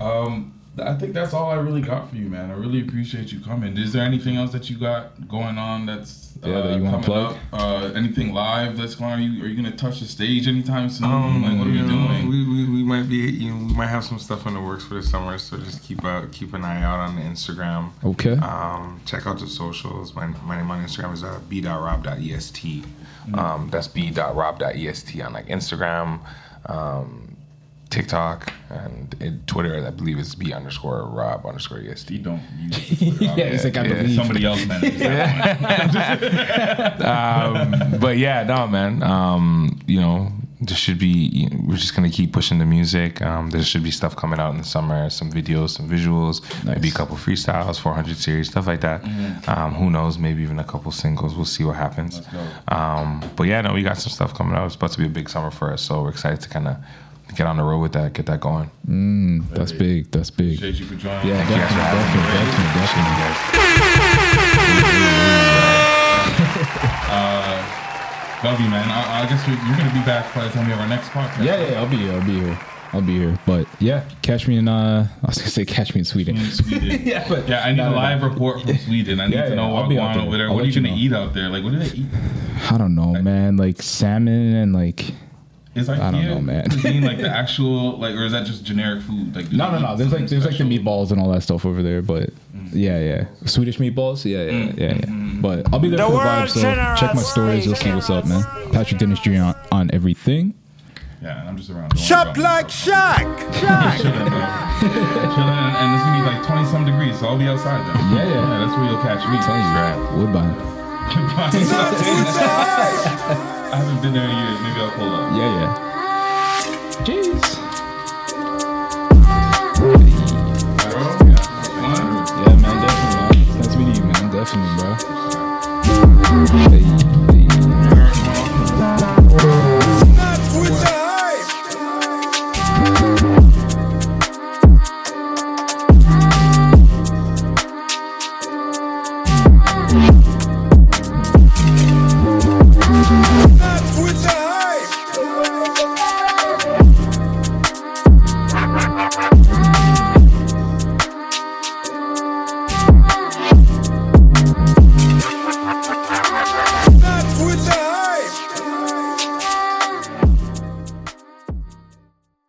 Speaker 1: Um, I think that's all I really got for you, man. I really appreciate you coming. Is there anything else that you got going on that's
Speaker 2: Yeah, that you wanna
Speaker 1: coming
Speaker 2: plug?
Speaker 1: up? Uh, anything live that's going on? Are you, are you gonna touch the stage anytime soon?
Speaker 4: Um,
Speaker 1: like, what are
Speaker 4: you
Speaker 1: you
Speaker 4: know,
Speaker 1: doing?
Speaker 4: We, we, we might be you know, we might have some stuff in the works for the summer, so just keep out keep an eye out on the Instagram.
Speaker 2: Okay.
Speaker 4: Um, check out the socials. My, my name on Instagram is uh, b.rob.est.
Speaker 1: Mm-hmm.
Speaker 4: Um, that's b.rob.est on like Instagram, um, TikTok, and it, Twitter. I believe it's b underscore rob underscore est.
Speaker 1: You don't. You,
Speaker 2: yeah, it's like I
Speaker 4: yeah,
Speaker 2: believe.
Speaker 1: somebody else manages that.
Speaker 4: but yeah, no, man. Um, you know, there should be. We're just gonna keep pushing the music. Um, there should be stuff coming out in the summer. Some videos, some visuals, maybe a couple freestyles, 400 series, stuff like that. Um, who knows? Maybe even a couple singles. We'll see what happens. Um, but yeah, no, we got some stuff coming out. It's about to be a big summer for us, so we're excited to kind of get on the road with that, get that going.
Speaker 2: That's big. That's big. Yeah,
Speaker 1: Appreciate you for joining.
Speaker 2: definitely,
Speaker 4: guys for having
Speaker 2: definitely, definitely, definitely.
Speaker 1: Love you, man. I, I guess you're, you're gonna be back by the time we have our next podcast.
Speaker 2: Yeah, yeah, I'll be here. I'll be here. I'll be here. But yeah, catch me in. Uh, I was gonna say catch me in Sweden.
Speaker 1: In Sweden. yeah,
Speaker 2: but-
Speaker 1: yeah, I need
Speaker 2: No,
Speaker 1: a
Speaker 2: no,
Speaker 1: live report from Sweden. I need
Speaker 2: Yeah,
Speaker 1: to
Speaker 2: yeah,
Speaker 1: know
Speaker 2: I'll
Speaker 1: what's
Speaker 2: be
Speaker 1: going
Speaker 2: out
Speaker 1: on
Speaker 2: there.
Speaker 1: over there.
Speaker 2: I'll
Speaker 1: what are
Speaker 2: let
Speaker 1: you
Speaker 2: you
Speaker 1: gonna
Speaker 2: know.
Speaker 1: eat out there? Like, what do they eat?
Speaker 2: I don't know, man. Like salmon and like
Speaker 4: Is like
Speaker 2: I don't
Speaker 4: yeah,
Speaker 2: know, man.
Speaker 4: cuisine like the actual like, or is that just generic food? Like do
Speaker 2: No, no,
Speaker 4: they eat
Speaker 2: no. There's like
Speaker 4: something
Speaker 2: there's like the
Speaker 4: special?
Speaker 2: meatballs and all that stuff over there, but yeah, yeah. Swedish meatballs, yeah, yeah, yeah, yeah. But I'll be there
Speaker 11: The
Speaker 2: for the
Speaker 11: world
Speaker 2: vibe. So check my stories. You'll see what's up, man. Patrick Dennis Jr. on, on everything.
Speaker 4: Yeah, and I'm just around.
Speaker 3: Shop like Shaq.
Speaker 4: Chilling, bro. Chilling, and, and it's gonna be like 20 some degrees, so I'll be outside then.
Speaker 2: Yeah, yeah.
Speaker 4: that's where you'll catch me.
Speaker 2: Right. Woodbine.
Speaker 4: I haven't been there in years. Maybe I'll pull
Speaker 2: Yeah, yeah.
Speaker 4: up.
Speaker 2: Jeez.